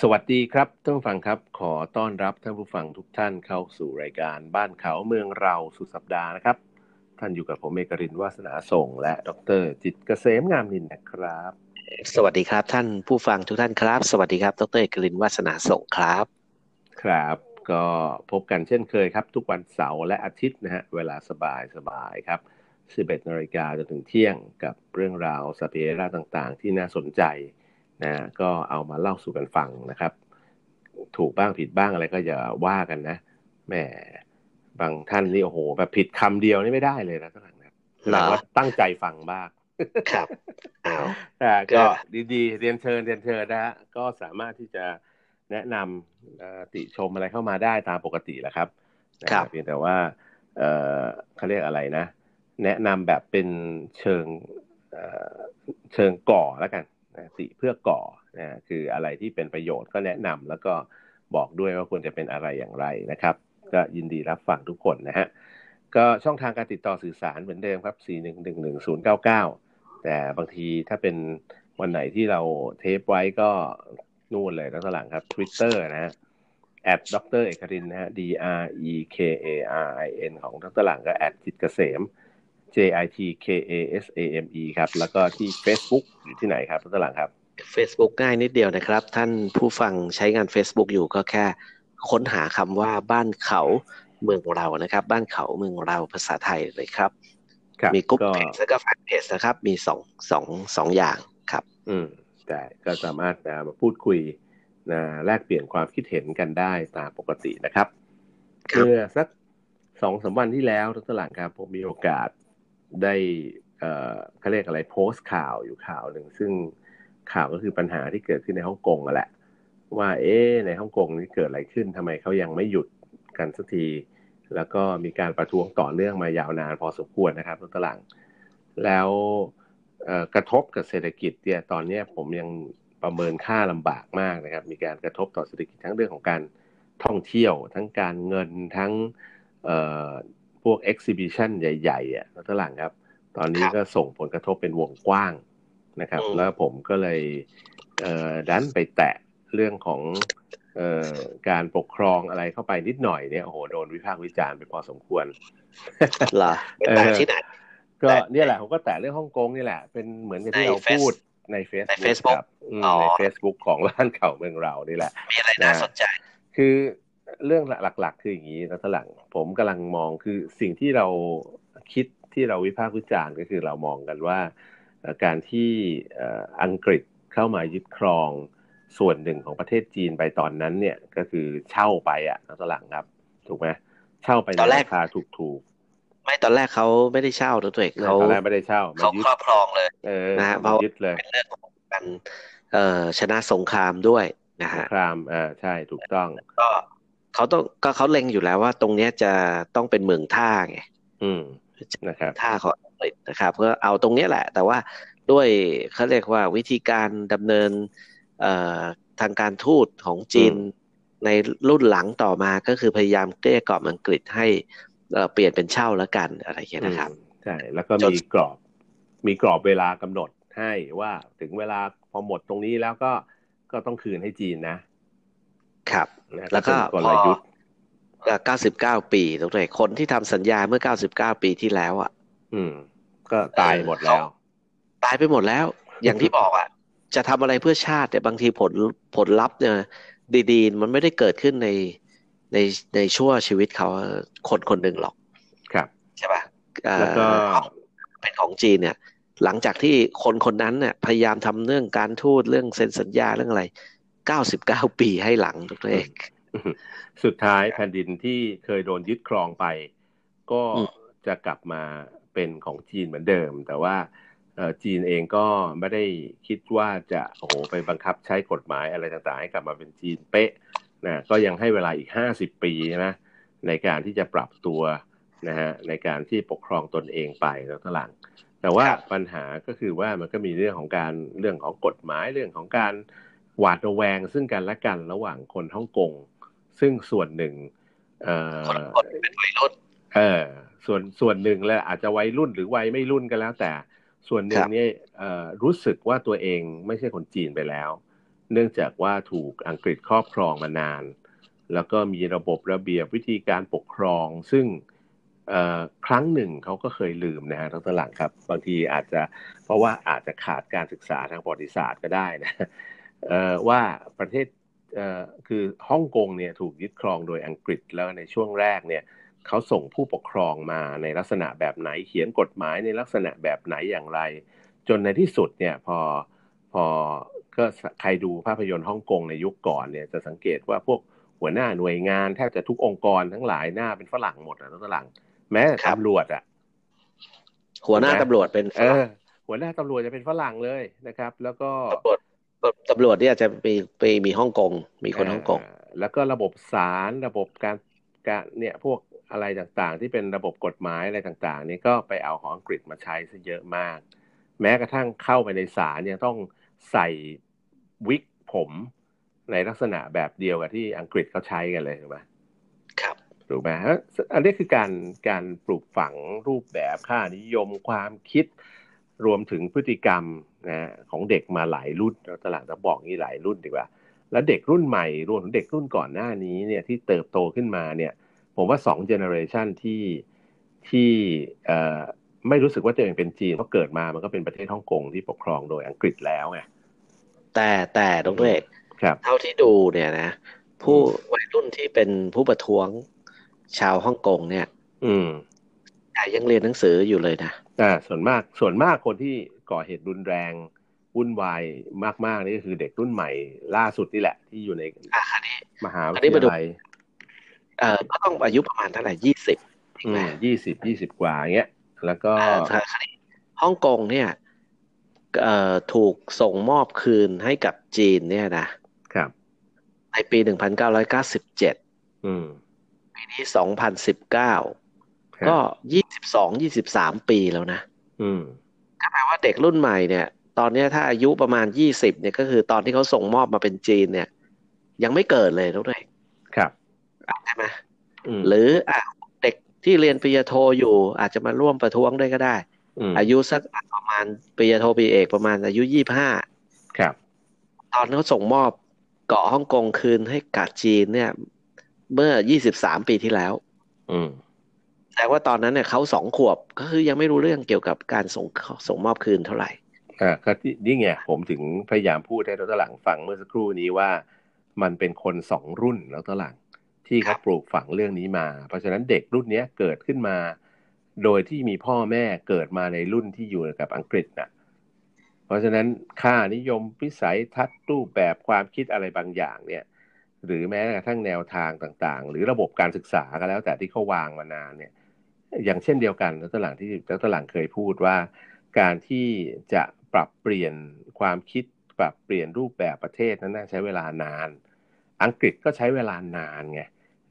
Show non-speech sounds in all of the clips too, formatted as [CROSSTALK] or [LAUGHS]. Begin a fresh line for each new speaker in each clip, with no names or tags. สวัสดีครับท่านผู้ฟังครับ ขอต้อนรับท่านผู้ฟังทุกท่านเข้าสู่รายการบ้านเขาเมืองเราสุดสัปดาห์นะครับ ท่านอยู่กับผมเอกรินทร์วาสนาส่ง และดรจิตรเกษมงามนินนะครับ
สวัสดีครับท่านผู้ฟังทุกท่านครับ สวัสดีครับดรเอกลินวัฒนาส่งครับ
ครับก็พบกันเช่นเคยครับ ทุกวันเสาร์และอาทิตย์นะฮะเวลาสบายสบายครับ 11นาฬิกาจนถึงเที่ยงกับเรื่องราวสพเปร่าต่างๆ ที่น่าสนใจนะฮะก็เอามาเล่าสู่กันฟังนะครับ ถูกบ้างผิดบ้างอะไรก็อย่าว่ากันนะแหมบางท่านนี่โอ้โห แบบผิดคำเดียวนี่ไม่ได้เลยนะท่านหลังนะ
เหรอ
แต่ว่าตั้งใจฟังบ้าง
ครับอ้าว
[LAUGHS] อ่าก็
ก็
ดีๆ เรียนเชิญเรียนเชิญนะฮะก็สามารถที่จะแนะนำเอ่อติชมอะไรเข้ามาได้ตามปกติแหละครับนะครับ เพียงแต่ว่าเอ่อเขาเรียกอะไรนะ แนะนำแบบเป็นเชิงเอ่อเชิงก่อแล้วกันนะติเพื่อก่อนะคืออะไรที่เป็นประโยชน์ก็แนะนำแล้วก็บอกด้วยว่าควรจะเป็นอะไรอย่างไรนะครับ ก็ยินดีรับฟังทุกคนนะฮะก็ช่องทางการติดต่อสื่อสารเหมือนเดิมครับ 4111099 แต่บางทีถ้าเป็นวันไหนที่เราเทปไว้ก็นู่นเลยนะตอนหลังครับ Twitter นะฮะแอดดรเอกรินนะฮะ D R E K A R I N ของดรหลังก็แอดจิตเกษม J I T K A S A M E ครับ แล้วก็ที่ Facebook อยู่ที่ไหนครับดรหลังครับ
Facebook ง่ายนิดเดียวนะครับ ท่านผู้ฟังใช้งาน Facebook อยู่ก็แค่ค้นหาคำว่าบ้านเขาเมืองเรานะครับ บ้านเขาเมืองเราภาษาไทยเลยครับ
ครับ
มีกรุ๊ป
ก็
เพจแล้วก็แฟนเพจนะครับ มีสองสองสองอย่างครับ
อืมแต่ก็สามารถนะมาพูดคุยนะแลกเปลี่ยนความคิดเห็นกันได้ตามปกตินะครับ
ครับ
เมื่อสักสองสามวันที่แล้วทศหลังครับผมมีโอกาสได้เอ่อเขาเรียกอะไรโพสต์ข่าวอยู่ข่าวหนึ่ง ซึ่งข่าวก็คือปัญหาที่เกิดขึ้นในฮ่องกงอะแหละ ว่าเอ๊ะในฮ่องกงนี่เกิดอะไรขึ้นทำไมเขายังไม่หยุดกันสักที แล้วก็มีการประท้วงต่อเนื่องมายาวนานพอสมควรนะครับทศหลัง แล้ว เอ่อกระทบกับเศรษฐกิจเนี่ยตอนเนี้ยผมยังประเมินค่าลำบากมากนะครับ มีการกระทบต่อเศรษฐกิจทั้งเรื่องของการท่องเที่ยว ทั้งการเงินทั้งเอ่อพวก exhibition ใหญ่ๆอ่ะแล้วตลังครับ ตอนนี้
ครับ
ก็ส่งผลกระทบเป็นวงกว้างนะครับ
อืม
แล้วผมก็เลยเอ่อดันไปแตะเรื่องของเอ่อการปกครองอะไรเข้าไปนิดหน่อยเนี่ยโอ้โหโดนวิพากษ์วิจารณ์ไปพอสมควร
เหรอเป็นต่างที่ไหน
ก็
แต่
เนี่ยแหละผมก็แตะเรื่องฮ่องกงนี่แหละ เป็นเหมือนกับที่
ใน
เรา
Face-
พูดในเฟซ
ใน Facebook
ครับอืม
อ๋อ
ใน Facebook ของร้านเข่าเมืองเรานี่แหละ
มีอะไรน่าสนใจ
คือเรื่องหลักๆ คืออย่างนี้นะทหลังผมกำลังมองคือสิ่งที่เราคิดที่เราวิพากษ์วิจารณ์ก็คือเรามองกันว่าเอ่อการที่เอ่ออังกฤษเข้ามายึดครองส่วนหนึ่งของประเทศจีนไปตอนนั้นเนี่ยก็คือเช่าไปอะนะทหลังครับ ถูกไหมเช่าไปใน
ตอนแรก
ราคาถูก
ไม่ตอนแรกเขาไม่ได้เช่าตัวเอง
ๆ
เขา
ตอนแรกไม่ได้เช่ามา
เขา
ยึด
ครอบครองเลย
เออ
นะฮะเพ
มา
ราะ
ยึดเลย
เป็นเรื่องของการเอ่อชนะสงครามด้วยนะ
สง
ฮะ
ครามอ่าใช่ถูกต้อง
ก็เขาต้องก็เขาเล็งอยู่แล้วว่าตรงเนี้ยจะต้องเป็นเมืองท่าไง
อืมนะครับ
ท่าของอังกฤษนะครับก็เอาตรงเนี้ยแหละ แต่ว่าด้วยเขาเรียกว่าวิธีการดำเนินเอ่อทางการทูตของจีน
อืม
ในรุ่นหลังต่อมาก็คือพยายามเกลี้ยกล่อมอังกฤษให้เอ่อเปลี่ยนเป็นเช่าแล้วกันอะไรอย่างเงี้ยนะครับ
อืมใช่แล้วก็
จน
มีกรอบ มีกรอบเวลากำหนดให้ว่าถึงเวลาพอหมดตรงนี้แล้วก็ก็ต้องคืนให้จีนนะครับ นะ
แล้วก็
เป็นกลยุทธ์
เอ่อ99 ปีตรงไหนคนที่ทำสัญญาเมื่อ 99 ปีที่แล้วอ่ะ
อืม ก็ตายหมดแล้ว
ตายไปหมดแล้ว อย่างที่บอกอ่ะ จะทำอะไรเพื่อชาติเนี่ยบางทีผลผลลัพธ์เนี่ยดีๆ มันไม่ได้เกิดขึ้นในในในชั่วชีวิตเขาคนคนหนึ่งหรอก
ครับ
ใช่ป่ะเอ่อ
แล้วก็
เป็นของจีนเนี่ย หลังจากที่คนคนนั้นเนี่ยพยายามทำเรื่องการทูตเรื่องเซ็นสัญญาเรื่องอะไร 99 ปีให้หลังตัวเอง
สุดท้ายแผ่นดินที่เคยโดนยึดครองไป ก็
อืม
จะกลับมาเป็นของจีนเหมือนเดิม แต่ว่าเอ่อจีนเองก็ไม่ได้คิดว่าจะโอ้โหไปบังคับใช้กฎหมายอะไรต่างๆ ให้กลับมาเป็นจีนเป๊ะนะก็ยังให้เวลาอีก 50 ปีใช่ไหมในการที่จะปรับตัวนะฮะในการที่ปกครองตนเองไปแล้วก็หลัง แต่ว่าปัญหาก็คือว่ามันก็มีเรื่องของการเรื่องของกฎหมายเรื่องของการหวาดระแวง ซึ่งกันและกันระหว่างคนฮ่องกง ซึ่งส่วนหนึ่ง เอ่
คน
อ
คนเป็นวัยรุ่น
เออส่วนส่วนหนึ่งแหละอาจจะวัยรุ่นหรือวัยไม่รุ่นก็แล้วแต่ ส่วนหนึ่
ค
ง
รับ
เนี่ยเอ่อรู้สึกว่าตัวเองไม่ใช่คนจีนไปแล้ว เนื่องจากว่าถูกอังกฤษครอบครองมานาน แล้วก็มีระบบระเบียบวิธีการปกครอง ซึ่งเอ่อครั้งหนึ่งเขาก็เคยลืมนะฮะดรหลังครับ บางทีอาจจะเพราะว่าอาจจะขาดการศึกษาทางประวัติศาสตร์ก็ได้นะเอ่อว่าประเทศเอ่อคือฮ่องกงเนี่ยถูกยึดครองโดยอังกฤษแล้วในช่วงแรกเนี่ยเขาส่งผู้ปกครองมาในลักษณะแบบไหนเขียนกฎหมายในลักษณะแบบไหนอย่างไร จนในที่สุดเนี่ยพอพอก็ใครดูภาพยนตร์ฮ่องกงในยุคก่อนเนี่ยจะสังเกตว่าพวกหัวหน้าหน่วยงานแทบจะทุกองค์กรทั้งหลายหน้าเป็นฝรั่งหมดนะฝรั่งแม้
ครับ
ตำรวจอ่ะ
หัวหน้า
นะ
ตำรวจเป็น
เออ หัวหน้าตำรวจจะเป็นฝรั่งเลยนะครับ แล้วก็
ตำรวจตำรวจเนี่ยจะมีไปมีฮ่องกงมีคนฮ่องกง
เแล้วก็ระบบศาลระบบการการเนี่ยพวกอะไรต่างๆ ที่เป็นระบบกฎหมายอะไรต่างๆเนี่ยก็ไปเอาของอังกฤษมาใช้ซะเยอะมาก แม้กระทั่งเข้าไปในศาลเนี่ยต้องใส่วิกผมในลักษณะแบบเดียวกับที่อังกฤษเขาใช้กันเลยถูกไหม
ครับ
ถูกไหมฮะอันนี้คือการการปลูกฝังรูปแบบค่านิยมความคิด รวมถึงพฤติกรรมนะฮะของเด็กมาหลายรุ่นเราตลาดจะบอกนี้หลายรุ่นดีกว่า แล้วเด็กรุ่นใหม่รวมถึงเด็กรุ่นก่อนหน้านี้เนี่ยที่เติบโตขึ้นมาเนี่ยผมว่าสองเจเนอเรชันที่ที่เอ่อไม่รู้สึกว่าตัวเองเป็นจีนเพราะเกิดมามันก็เป็นประเทศฮ่องกงที่ปกครองโดยอังกฤษแล้วไง
แต่แต่ดรเอก
ครับ
เท่าที่ดูเนี่ยนะ ผู้วัยรุ่นที่เป็นผู้ประท้วงชาวฮ่องกงเนี่ย
อืม
แต่ยังเรียนหนังสืออยู่เลยนะ
อ่าส่วนมากส่วนมากคนที่ก่อเหตุรุนแรงวุ่นวายมากๆนี่ก็คือเด็กรุ่นใหม่ล่าสุดนี่แหละ ที่อยู่ใน
อ่ะอันนี้
มหาวิ
อัน
ท
นี้มาดู
ยาลัย
เออก็ต้องอายุประมาณเท่าไหร่ยี่สิบ
ยี่สิบยี่สิบกว่าอย่างเงี้ยแล้วก็
ฮ่องกงเนี่ยเอ่อถูกส่งมอบคืนให้กับจีนเนี่ยนะครับ ในปีหนึ่งพันเก้าร้อยเก้าสิบเจ็ด
อืม
ปีนี้สองพันสิบเก้า
ครับ
ก็ยี่สิบสองยี่สิบสามปีแล้วนะ
อืม
ก็แปลว่าเด็กรุ่นใหม่เนี่ย ตอนเนี้ยถ้าอายุประมาณยี่สิบเนี่ยก็คือตอนที่เขาส่งมอบมาเป็นจีนเนี่ย ยังไม่เกิดเลยทุกท่าน
ครับ
ใช่ไหม
อืม
หรืออ่ะเด็กที่เรียนปริญญาโทอยู่ อาจจะมาร่วมประท้วงด้วยก็ได้
ม
อายุสักประมาณปริญญาโทปริญญาเอกประมาณอายุยี่ห้า
ครับ
ตอนเขาส่งมอบเกาะฮ่องกงคืนให้กับจีนเนี่ย เมื่อยี่สิบสามปีที่แล้ว
อืม
แต่ว่าตอนนั้นเนี่ยเขาสองขวบก็คือยังไม่รู้เรื่องเกี่ยวกับการส่งส่งมอบคืนเท่าไหร่
อ่าก็ที่นี่ไงผมถึงพยายามพูดให้ดรหลังฟังเมื่อสักครู่นี้ว่า มันเป็นคนสองรุ่นแล้วตหลัง ที่
ครั
เขา
บ
ปลูกฝังเรื่องนี้มา เพราะฉะนั้นเด็กรุ่นเนี้ยเกิดขึ้นมา โดยที่มีพ่อแม่เกิดมาในรุ่นที่อยู่กับอังกฤษนะเพราะฉะนั้นค่านิยมพิสัยทัศน์รูปแบบความคิดอะไรบางอย่างเนี่ย หรือแม้กระทั่งแนวทางต่างๆ หรือระบบการศึกษาก็แล้วแต่ที่เขาวางมานานเนี่ย อย่างเช่นเดียวกันแล้วตหลังที่แล้วตหลังเคยพูดว่า การที่จะปรับเปลี่ยนความคิดปรับเปลี่ยนรูปแบบประเทศนั้นน่าใช้เวลานาน อังกฤษก็ใช้เวลานานไง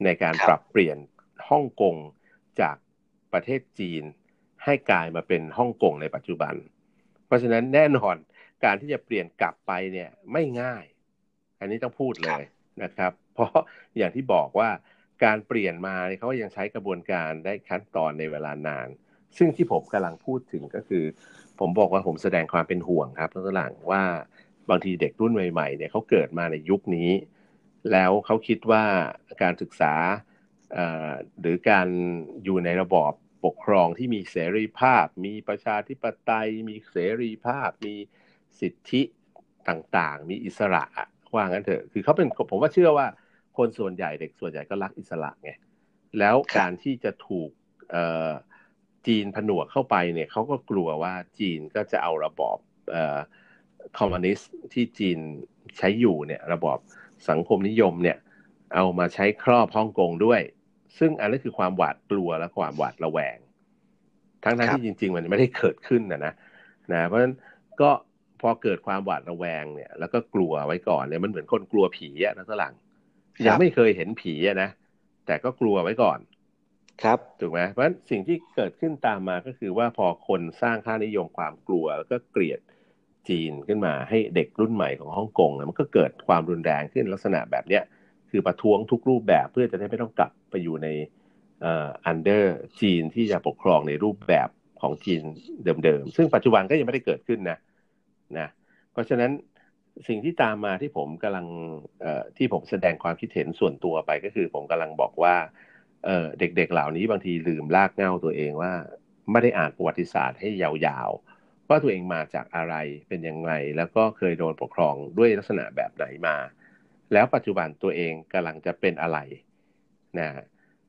ในการ
ครับ
ปรับเปลี่ยนฮ่องกงจากประเทศจีน ให้กลายมาเป็นฮ่องกงในปัจจุบัน เพราะฉะนั้นแน่นอนการที่จะเปลี่ยนกลับไปเนี่ยไม่ง่าย อันนี้ต้องพูดเลยนะครับ [LAUGHS] เพราะอย่างที่บอกว่าการเปลี่ยนมาเนี่ยเขาก็ยังใช้กระบวนการได้ขั้นตอนในเวลานาน ซึ่งที่ผมกำลังพูดถึงก็คือ ผมบอกว่าผมแสดงความเป็นห่วงครับต้นหลังว่าบางทีเด็กรุ่นใหม่ๆเนี่ยเขาเกิดมาในยุคนี้ แล้วเขาคิดว่าการศึกษาเอ่อหรือการอยู่ในระบอบปกครองที่มีเสรีภาพ มีประชาธิปไตย มีเสรีภาพ มีสิทธิต่างๆ มีอิสระอะว่างั้นเถอะคือเขาเป็นผมว่าเชื่อว่าคนส่วนใหญ่เด็กส่วนใหญ่ก็รักอิสระไงแล้วการที่จะถูกเอ่อจีนผนวกเข้าไปเนี่ยเขาก็กลัวว่าจีนก็จะเอาระบอบเอ่อคอมมิวนิสต์ที่จีนใช้อยู่เนี่ยระบอบ สังคมนิยมเนี่ยเอามาใช้ครอบฮ่องกงด้วย ซึ่งอันนั้นคือความหวาดกลัวและความหวาดระแวง ทั้งๆ
ครับ
ที่จริง ๆ มันไม่ได้เกิดขึ้นนะนะนะเพราะฉะนั้นก็พอเกิดความหวาดระแวงเนี่ย แล้วก็กลัวไว้ก่อนเนี่ยมันเหมือนคนกลัวผีอะนะสลังยังไม่เคยเห็นผีอะนะแต่ก็กลัวไว้ก่อน
ครับ
ถูกไหมเพราะฉะนั้นสิ่งที่เกิดขึ้นตามมาก็คือว่าพอคนสร้างค่านิยมความกลัวแล้วก็เกลียดจีนขึ้นมาให้เด็กรุ่นใหม่ของฮ่องกงเนี่ยมันก็เกิดความรุนแรงขึ้นลักษณะแบบเนี้ยคือประท้วงทุกรูปแบบเพื่อจะได้ไม่ต้องกลับไปอยู่ในเอันเดอร์จีนที่จะปกครองในรูปแบบของจีนเดิมๆ ซึ่งปัจจุบันก็ยังไม่ได้เกิดขึ้นนะนะ เพราะฉะนั้น สิ่งที่ตามมาที่ผมกำลังเอ่อที่ผมแสดงความคิดเห็นส่วนตัวไปก็คือผมกำลังบอกว่าเอ่อเด็กๆเหล่านี้บางทีลืมลากเหง้าตัวเองว่าไม่ได้อ่านประวัติศาสตร์ให้ยาวๆ ว่าตัวเองมาจากอะไรเป็นยังไง แล้วก็เคยโดนปกครองด้วยลักษณะแบบไหนมา แล้วปัจจุบันตัวเองกำลังจะเป็นอะไรนะ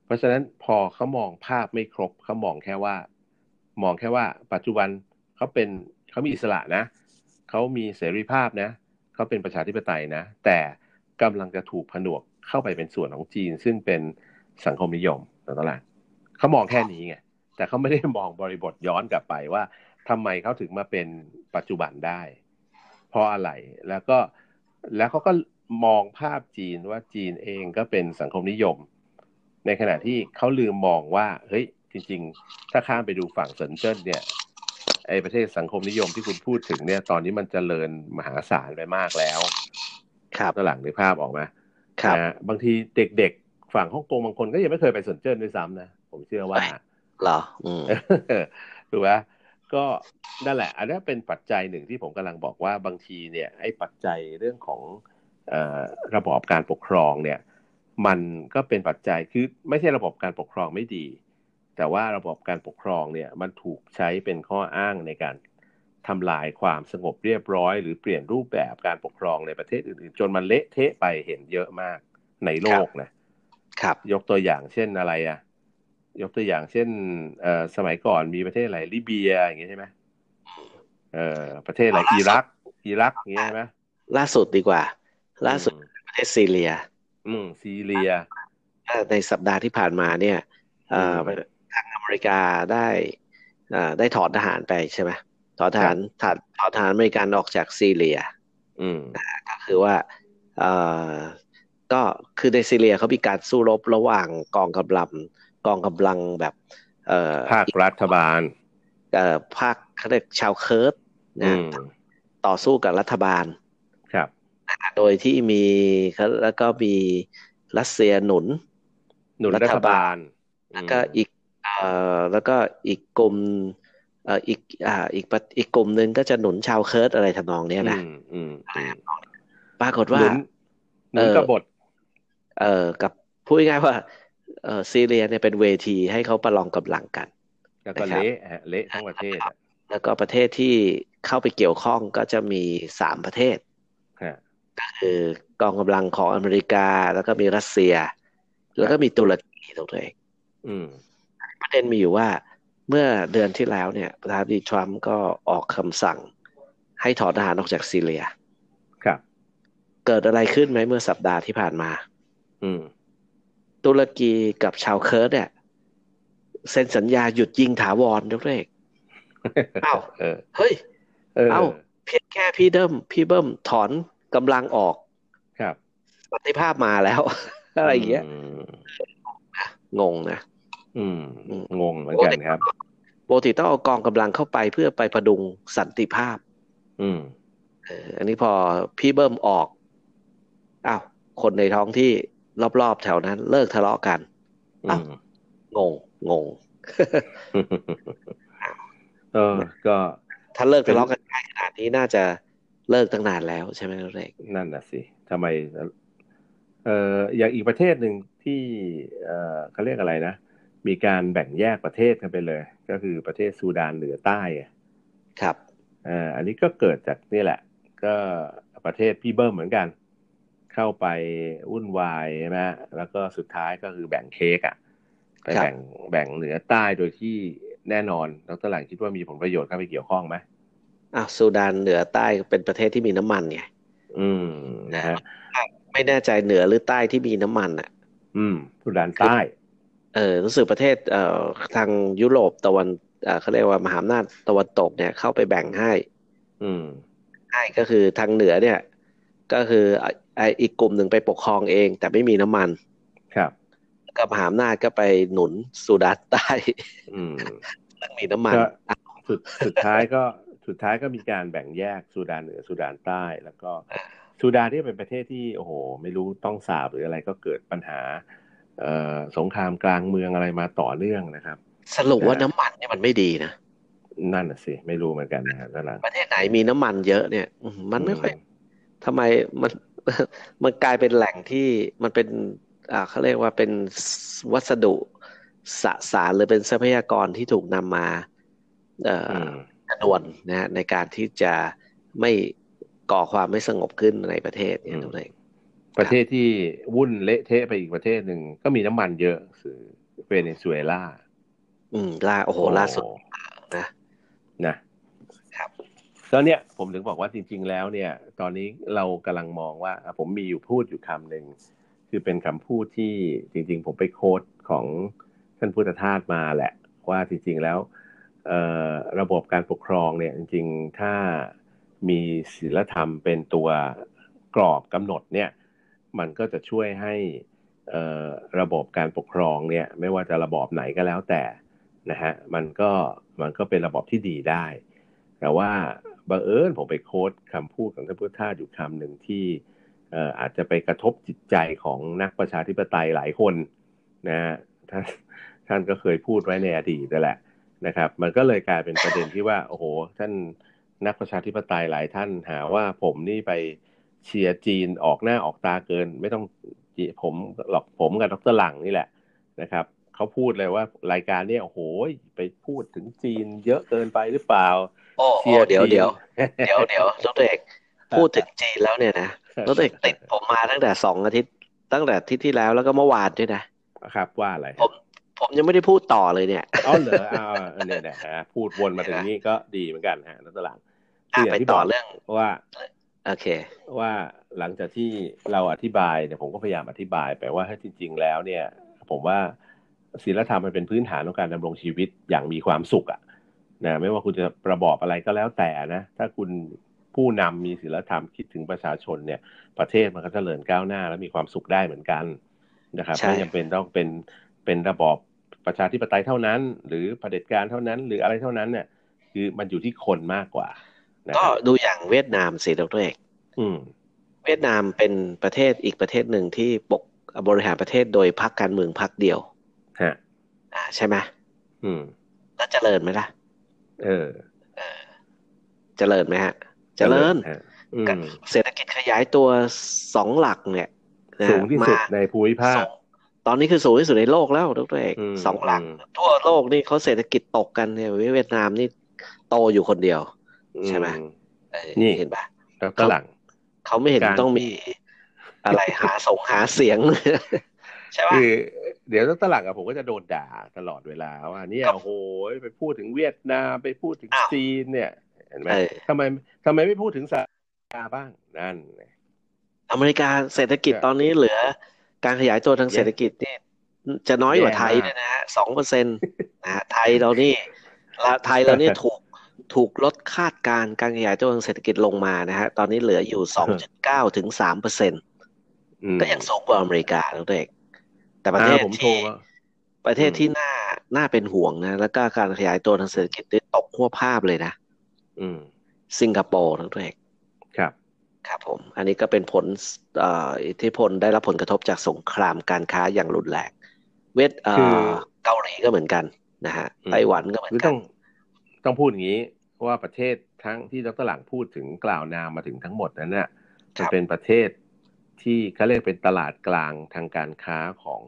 เพราะฉะนั้นพอเขามองภาพไม่ครบเขามองแค่ว่า มองแค่ว่า ปัจจุบันเขาเป็นเขามีอิสระนะเขามีเสรีภาพนะเขาเป็นประชาธิปไตยนะ แต่กำลังจะถูกผนวกเข้าไปเป็นส่วนของจีน ซึ่งเป็นสังคมนิยมต่างๆเขามองแค่นี้ไงแต่เขาไม่ได้มองบริบทย้อนกลับไปว่าทำไมเขาถึงมาเป็นปัจจุบันได้ เพราะอะไรแล้วก็แล้วเขาก็มองภาพจีนว่าจีนเองก็เป็นสังคมนิยม ในขณะที่เขาลืมมองว่าเฮ้ยจริง ๆ ถ้าข้ามไปดูฝั่งเซินเจิ้นเนี่ยไอประเทศสังคมนิยมที่คุณพูดถึงเนี่ยตอนนี้มันเจริญมหาศาลไปมากแล้ว
ครับ
ตอนหลังในภาพออกไหมา
ครับ
นะบางทีเด็กๆฝั่งฮ่องกงบางคนก็ยังไม่เคยไปเซินเจิ้นด้วยซ้ำนะผมเชื่อว่า
เหรอ อืม
[LAUGHS] ถูกไหมก็นั่นแหละ อันนี้เป็นปัจจัยหนึ่งที่ผมกำลังบอกว่าบางทีเนี่ยไอ้ปัจจัยเรื่องของเออระบอบการปกครองเนี่ย มันก็เป็นปัจจัยคือไม่ใช่ระบบการปกครองไม่ดี แต่ว่าระบบการปกครองเนี่ยมันถูกใช้เป็นข้ออ้างในการทำลายความสงบเรียบร้อย หรือเปลี่ยนรูปแบบการปกครองในประเทศอื่นๆ จนมันเละเทะไปเห็นเยอะมากในโลกนะ
ครับ
ยกตัวอย่างเช่นอะไรอ่ะ ยกตัวอย่างเช่นเอ่อสมัยก่อนมีประเทศอะไรลิเบียอย่างเงี้ยใช่ไหมเอ่อประเทศอะไร
เอา
อิ
ล่ะ
รัก อิรักอย่างเงี้ยใช่ไหม
ล่าสุดดีกว่า ล่าสุด
อืม
ประเทศซีเรีย
อืมซีเรีย
เอ่อในสัปดาห์ที่ผ่านมาเนี่ยเอ่อ
อืม
ทางอเมริกาได้เอ่อได้ถอนทหารไปใช่ไหมถอนทหารถอนถอนทหารอเมริกันออกจากซีเรีย
อืม
ก็คือว่าเอ่อก็คือในซีเรียเขามีการสู้รบระหว่างกองกำลังกองกำลังแบบเอ่อ
ภาครัฐบาล
เอ่อภาคเขาเรียกชาวเคิร์ด
อื
นะ
ม
ต่อสู้กับรัฐบาล
ครับ
โดยที่มีแล้วก็มีรัสเซียหนุน
หนุนรัฐบาล
แล้วก็อีกเอ่อแล้วก็อีกกลุ่มเอ่ออีกอ่าอีกประอีกกลุ่มหนึ่งก็จะหนุนชาวเคิร์ดอะไรทำนองเนี้ยนะ
อืมอืมอืม
ปรากฏ
ห
ว่า
นุนหนุน
เอ่อ
กบฏ
เอ่อกับพูดง่ายๆว่าเอ่อซีเรียเนี่ยเป็นเวทีให้เขาประลองกำลังกัน
แล้วก็
นะครับ
เละฮะเละทั้งประเทศอะ
แล้วก็ประเทศที่เข้าไปเกี่ยวข้องก็จะมีสามประเทศ
ฮะ
คือกองกำลังของอเมริกา แล้วก็มีรัสเซีย แล้วก็มีตุรกีตรงตัวเอง
อืม
ประเด็นมีอยู่ว่าเมื่อเดือนที่แล้วเนี่ยประธานาธิบดีทรัมป์ก็ออกคำสั่ง ให้ถอนทหารออกจากซีเรีย
ครับ
เกิดอะไรขึ้นไหมเมื่อสัปดาห์ที่ผ่านมา
อืม [LAUGHS]
ตุรกีกับชาวเคิร์ดเนี่ยเซ็นสัญญาหยุดยิงถาวรทุกเรก อ้าว
เออ
เฮ้ย
เออ
เอ้า เพียงแค่พี่เดิมพี่เบิ้มถอนกำลังออก
ครับ
สันติภาพมาแล้ว [LAUGHS] อะไรอย่างเงี้ย
ม
งงนะ
อืม
อืม
งงเหมือนกันครับ
ปกติต้องเอากองกำลังเข้าไปเพื่อไปประดุงสันติภาพ
อืม
เอออันนี้พอพี่เบิ้มออก อ้าว คนในท้องที่รอบๆแถวนั้น เลิกทะเลาะกัน
อื
อ้าว
ม
งง งง
[LAUGHS] เออ ก็
ถ้าเลิกทะเลาะกันง่ายขนาดนี้น่าจะเลิกตั้งนานแล้วใช่ไหมนุเรก
นั่นน่ะสิทำไม เอ่ออย่างอีกประเทศหนึ่งที่ เอ่อเขาเรียกอะไรนะ มีการแบ่งแยกประเทศกันไปเลย ก็คือประเทศซูดานเหนือใต้อะ
ครับ
เอ่ออันนี้ก็เกิดจากนี่แหละ ก็ประเทศพี่เบิ้มเหมือนกัน เข้าไปวุ่นวายใช่ไหมแล้วก็สุดท้ายก็คือแบ่งเค้กอะไป
ครับ
แบ่งแบ่งเหนือใต้โดยที่แน่นอนแล้วตลาดคิดว่ามีผลประโยชน์เข้าไปเกี่ยวข้องไหม
อ้าวซูดานเหนือใต้เป็นประเทศที่มีน้ำมันไง
อืมนะฮะ
ไม่แน่ใจเหนือหรือใต้ที่มีน้ำมันอ่ะ
อืมสุดานใต้
เออรู้สึกประเทศเอ่อทางยุโรปตะวันเอ่อเขาเรียกว่ามหาอำนาจตะวันตกเนี่ยเข้าไปแบ่งให้
อืม
ให้ก็คือทางเหนือเนี่ย ก็คือไอ้ไอ้อีกกลุ่มหนึ่งไปปกครองเอง แต่ไม่มีน้ำมัน
ครับ
กับมหาอำนาจก็ไปหนุนสุดานใต้ [LAUGHS]
อืม
ซึ่งมีน้ำมัน
ก็
อ่ะ
สุดสุดท้ายก็สุดท้ายก็มีการแบ่งแยกสุดานเหนือสุดานใต้ แล้วก็สุดานที่เป็นประเทศที่โอ้โห ไม่รู้ต้องสาบหรืออะไรก็เกิดปัญหา เอ่อสงครามกลางเมืองอะไรมาต่อเนื่องนะครับ
สรุปว่าน้ำมันเนี่ยมันไม่ดีนะ
นั่นน่ะสิ ไม่รู้เหมือนกันนะฮะนั่นแหละ
ประเทศไหนมีน้ำมันเยอะเนี่ยอืมมันไม่ค่อย ทำไมมัน [LAUGHS] มันกลายเป็นแหล่งที่มันเป็น อ่าเขาเรียกว่าเป็นวัสดุสสารหรือเป็นทรัพยากรที่ถูกนำมา เอ่ออ
ม
ชนวนนะฮะในการที่จะไม่ก่อความไม่สงบขึ้นในประเทศเนี่ย
อืม
ตรงนี้
ประเทศที่วุ่นเละเทะไปอีกประเทศหนึ่งก็มีน้ำมันเยอะคือเวเนซุเอลา
อืมล่าโอ้โหล่าสุดนะ
นะครับ ตอนเนี้ยผมถึงบอกว่าจริง ๆ แล้วเนี่ย ตอนนี้เรากำลังมองว่าอ่ะผมมีอยู่พูดอยู่คำหนึ่งคือเป็นคำพูดที่จริง ๆ ผมไปโค้ดของท่านพุทธทาสมาแหละ ว่าจริง ๆ แล้วเอ่อระบบการปกครองเนี่ยจริง ๆ ถ้ามีศีลธรรมเป็นตัวกรอบกำหนดเนี่ย มันก็จะช่วยให้ เอ่อระบบการปกครองเนี่ยไม่ว่าจะระบอบไหนก็แล้วแต่นะฮะมันก็มันก็เป็นระบอบที่ดีได้ แต่ว่าบังเอิญผมไปโค้ดคำพูดของท่านพุทธทาสอยู่คำหนึ่งที่เอ่ออาจจะไปกระทบจิตใจของนักประชาธิปไตยหลายคนนะฮะท่านท่านก็เคยพูดไว้ในอดีตนั่นแหละนะครับ มันก็เลยกลายเป็นประเด็นที่ว่าโอ้โหท่านนักประชาธิปไตยหลายท่านหาว่าผมนี่ไป เชียร์จีนออกหน้าออกตาเกิน ไม่ต้องจีผมหรอกผมกับดรหลังนี่แหละนะครับเขาพูดเลยว่ารายการเนี่ยโอ้โหไปพูดถึงจีนเยอะเกินไปหรือเปล่า
โอ้โอ้
ชีร์
เดี๋ยว
จีน
เดี๋ยวเดี๋ยว
[LAUGHS]
เดี๋ยวดรเอกพูดถึงจีนแล้วเนี่ยนะดรเอกติดผมมาตั้งแต่สองอาทิตย์ตั้งแต่อาทิตย์ที่แล้วแล้วก็เมื่อวานด้วยนะครับ
ว่าอะไร
ผมผมยังไม่ได้พูดต่อเลยเนี่ย
เอาเหรอเอาเอาเนี่ยนะฮะพูดวนมาถึงนี้ก็ดีเหมือนกันฮะดรหลัง
อ่ะ
คืย่า
ไป
งที่
ต่อบ
ก
เรื่อง
ว่า
โอเค
ว่าหลังจากที่เราอธิบายเนี่ยผมก็พยายามอธิบายไปว่าถ้าจริง ๆ แล้วเนี่ย ผมว่าศีลธรรมมันเป็นพื้นฐานของการดำรงชีวิตอย่างมีความสุขอะนะไม่ว่าคุณจะประบอบอะไรก็แล้วแต่นะถ้าคุณผู้นำมีศีลธรรมคิดถึงประชาชนเนี่ย ประเทศมันก็เจริญก้าวหน้าและมีความสุขได้เหมือนกันนะครับ
ใช่
ไม่จำเป็นต้องเป็นเป็นระบอบประชาธิปไตยเท่านั้น หรือเผด็จการเท่านั้น หรืออะไรเท่านั้นเนี่ยคือมันอยู่ที่คนมากกว่านะค
ก็
รับ
ดูอย่างเวียดนามสิดรเอก
อืม
เวียดนามเป็นประเทศอีกประเทศหนึ่งที่ปกบริหารประเทศโดยพรรคการเมืองพรรคเดียว
ฮะ
อ่าใช่ไหม
อืม
แล้วเจริญไหมล่ะ
เออ
เจริญไหมฮะ เจริญ
ฮะอืม
ก็เศรษฐกิจขยายตัวสองหลักเนี่ยนะฮะ
สูงที่สุด
มา
ในภูมิภา
สู
ค
งตอนนี้คือสูงที่สุดในโลกแล้วดรเอก
อืม
สองหลัก
อืม
ทั่วโลกนี่เขาเศรษฐกิจตกกันเนี่ยเวียดนามนี่โตอยู่คนเดียว ใช่ไหม
อื
เออ
นี่
เห็นปะ
แล้วก็หลัง
เขาไม่เห็น
การ
ต้องมี
[LAUGHS]
อะไรหาส่งหาเสียง [LAUGHS] ใช่ปะ
คือเดี๋ยวตลังอะผมก็จะโดนด่าตลอดเวลาว่าเนี่ย
ครับ
โอ้โหไปพูดถึงเวียดนามไปพูดถึง
อ้าว
จีนเนี่ยเห็นไหม
เออ
ทำไมทำไมไม่พูดถึงสหรัฐอเมริกาบ้างนั่นไง
อเมริกาเศรษฐกิจ
ใช่
ตอนนี้เหลือ การขยายตัวทาง
แย่
เศรษฐกิจนี่จะน้อยกว่า
แย่มาก
ไทยด้วยนะฮะสองเปอร์เซ็นต์
[LAUGHS]
นะฮะไทยเรานี่ละไทยเรานี่ถูกถูกลดคาดการณ์การขยายตัวทางเศรษฐกิจลงมานะฮะตอนนี้เหลืออยู่สองจุดเก้าถึงสามเปอร์เซ็นต์
อืม
ก็ยังสูงกว่าอเมริกาทุกเด็กแต่ประเทศ
อ่าผมโทร
ที่
มา
ประเทศที่น่าน่าเป็นห่วงนะ แล้วก็การขยายตัวทางเศรษฐกิจนี่ตกขั้วภาพเลยนะ
อืม
สิงคโปร์ทุกเด็ก
ครับ
ครับผม อันนี้ก็เป็นผลเอ่ออิทธิพลได้รับผลกระทบจากสงครามการค้าอย่างรุนแรง เวียดเอ่อ
คือ
เกาหลีก็เหมือนกันนะฮะ
อืม
ไต้หวันก็เหมือ
ห
น
รือ
กั
ต้
น
องต้องพูดอย่างนี้ว่าประเทศทั้งที่ดรหลังพูดถึงกล่าวนามมาถึงทั้งหมดนั้นน่ะ
ค
มั
รั
น
บ
เป็นประเทศที่เขาเรียกเป็นตลาดกลางทางการค้าของ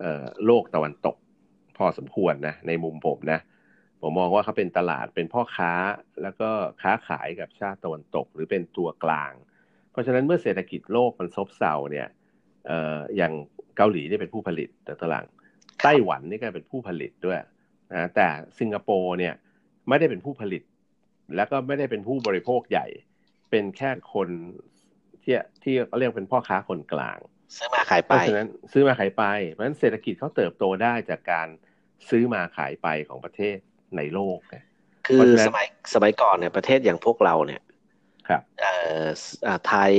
เออโลกตะวันตก พอสมควรนะในมุมผมนะ ผมมองว่าเขาเป็นตลาดเป็นพ่อค้าแล้วก็ค้าขายกับชาติตะวันตก หรือเป็นตัวกลาง เพราะฉะนั้นเมื่อเศรษฐกิจโลกมันซบเซาเนี่ยเอ่ออย่างเกาหลีเนี่ยเป็นผู้ผลิตแต่ตะหลังไต้หวันนี่ก็เป็นผู้ผลิตด้วย นะแต่สิงคโปร์เนี่ยไม่ได้เป็นผู้ผลิต แล้วก็ไม่ได้เป็นผู้บริโภคใหญ่ เป็นแค่คนที่ที่เขาเรียกเป็นพ่อค้าคนกลาง
ซื้อมาขาย
เพ
ไป
ราะฉะนั้นซื้อมาขายไปเพราะฉะนั้นเศรษฐกิจเขาเติบโตได้จากการซื้อมาขายไปของประเทศในโลกไง
คื
เพ
อ
ราะฉะนั้น
สมัยสมัยก่อนเนี่ยประเทศอย่างพวกเราเนี่ย
ครับ
เอ่อสเอ่อไทย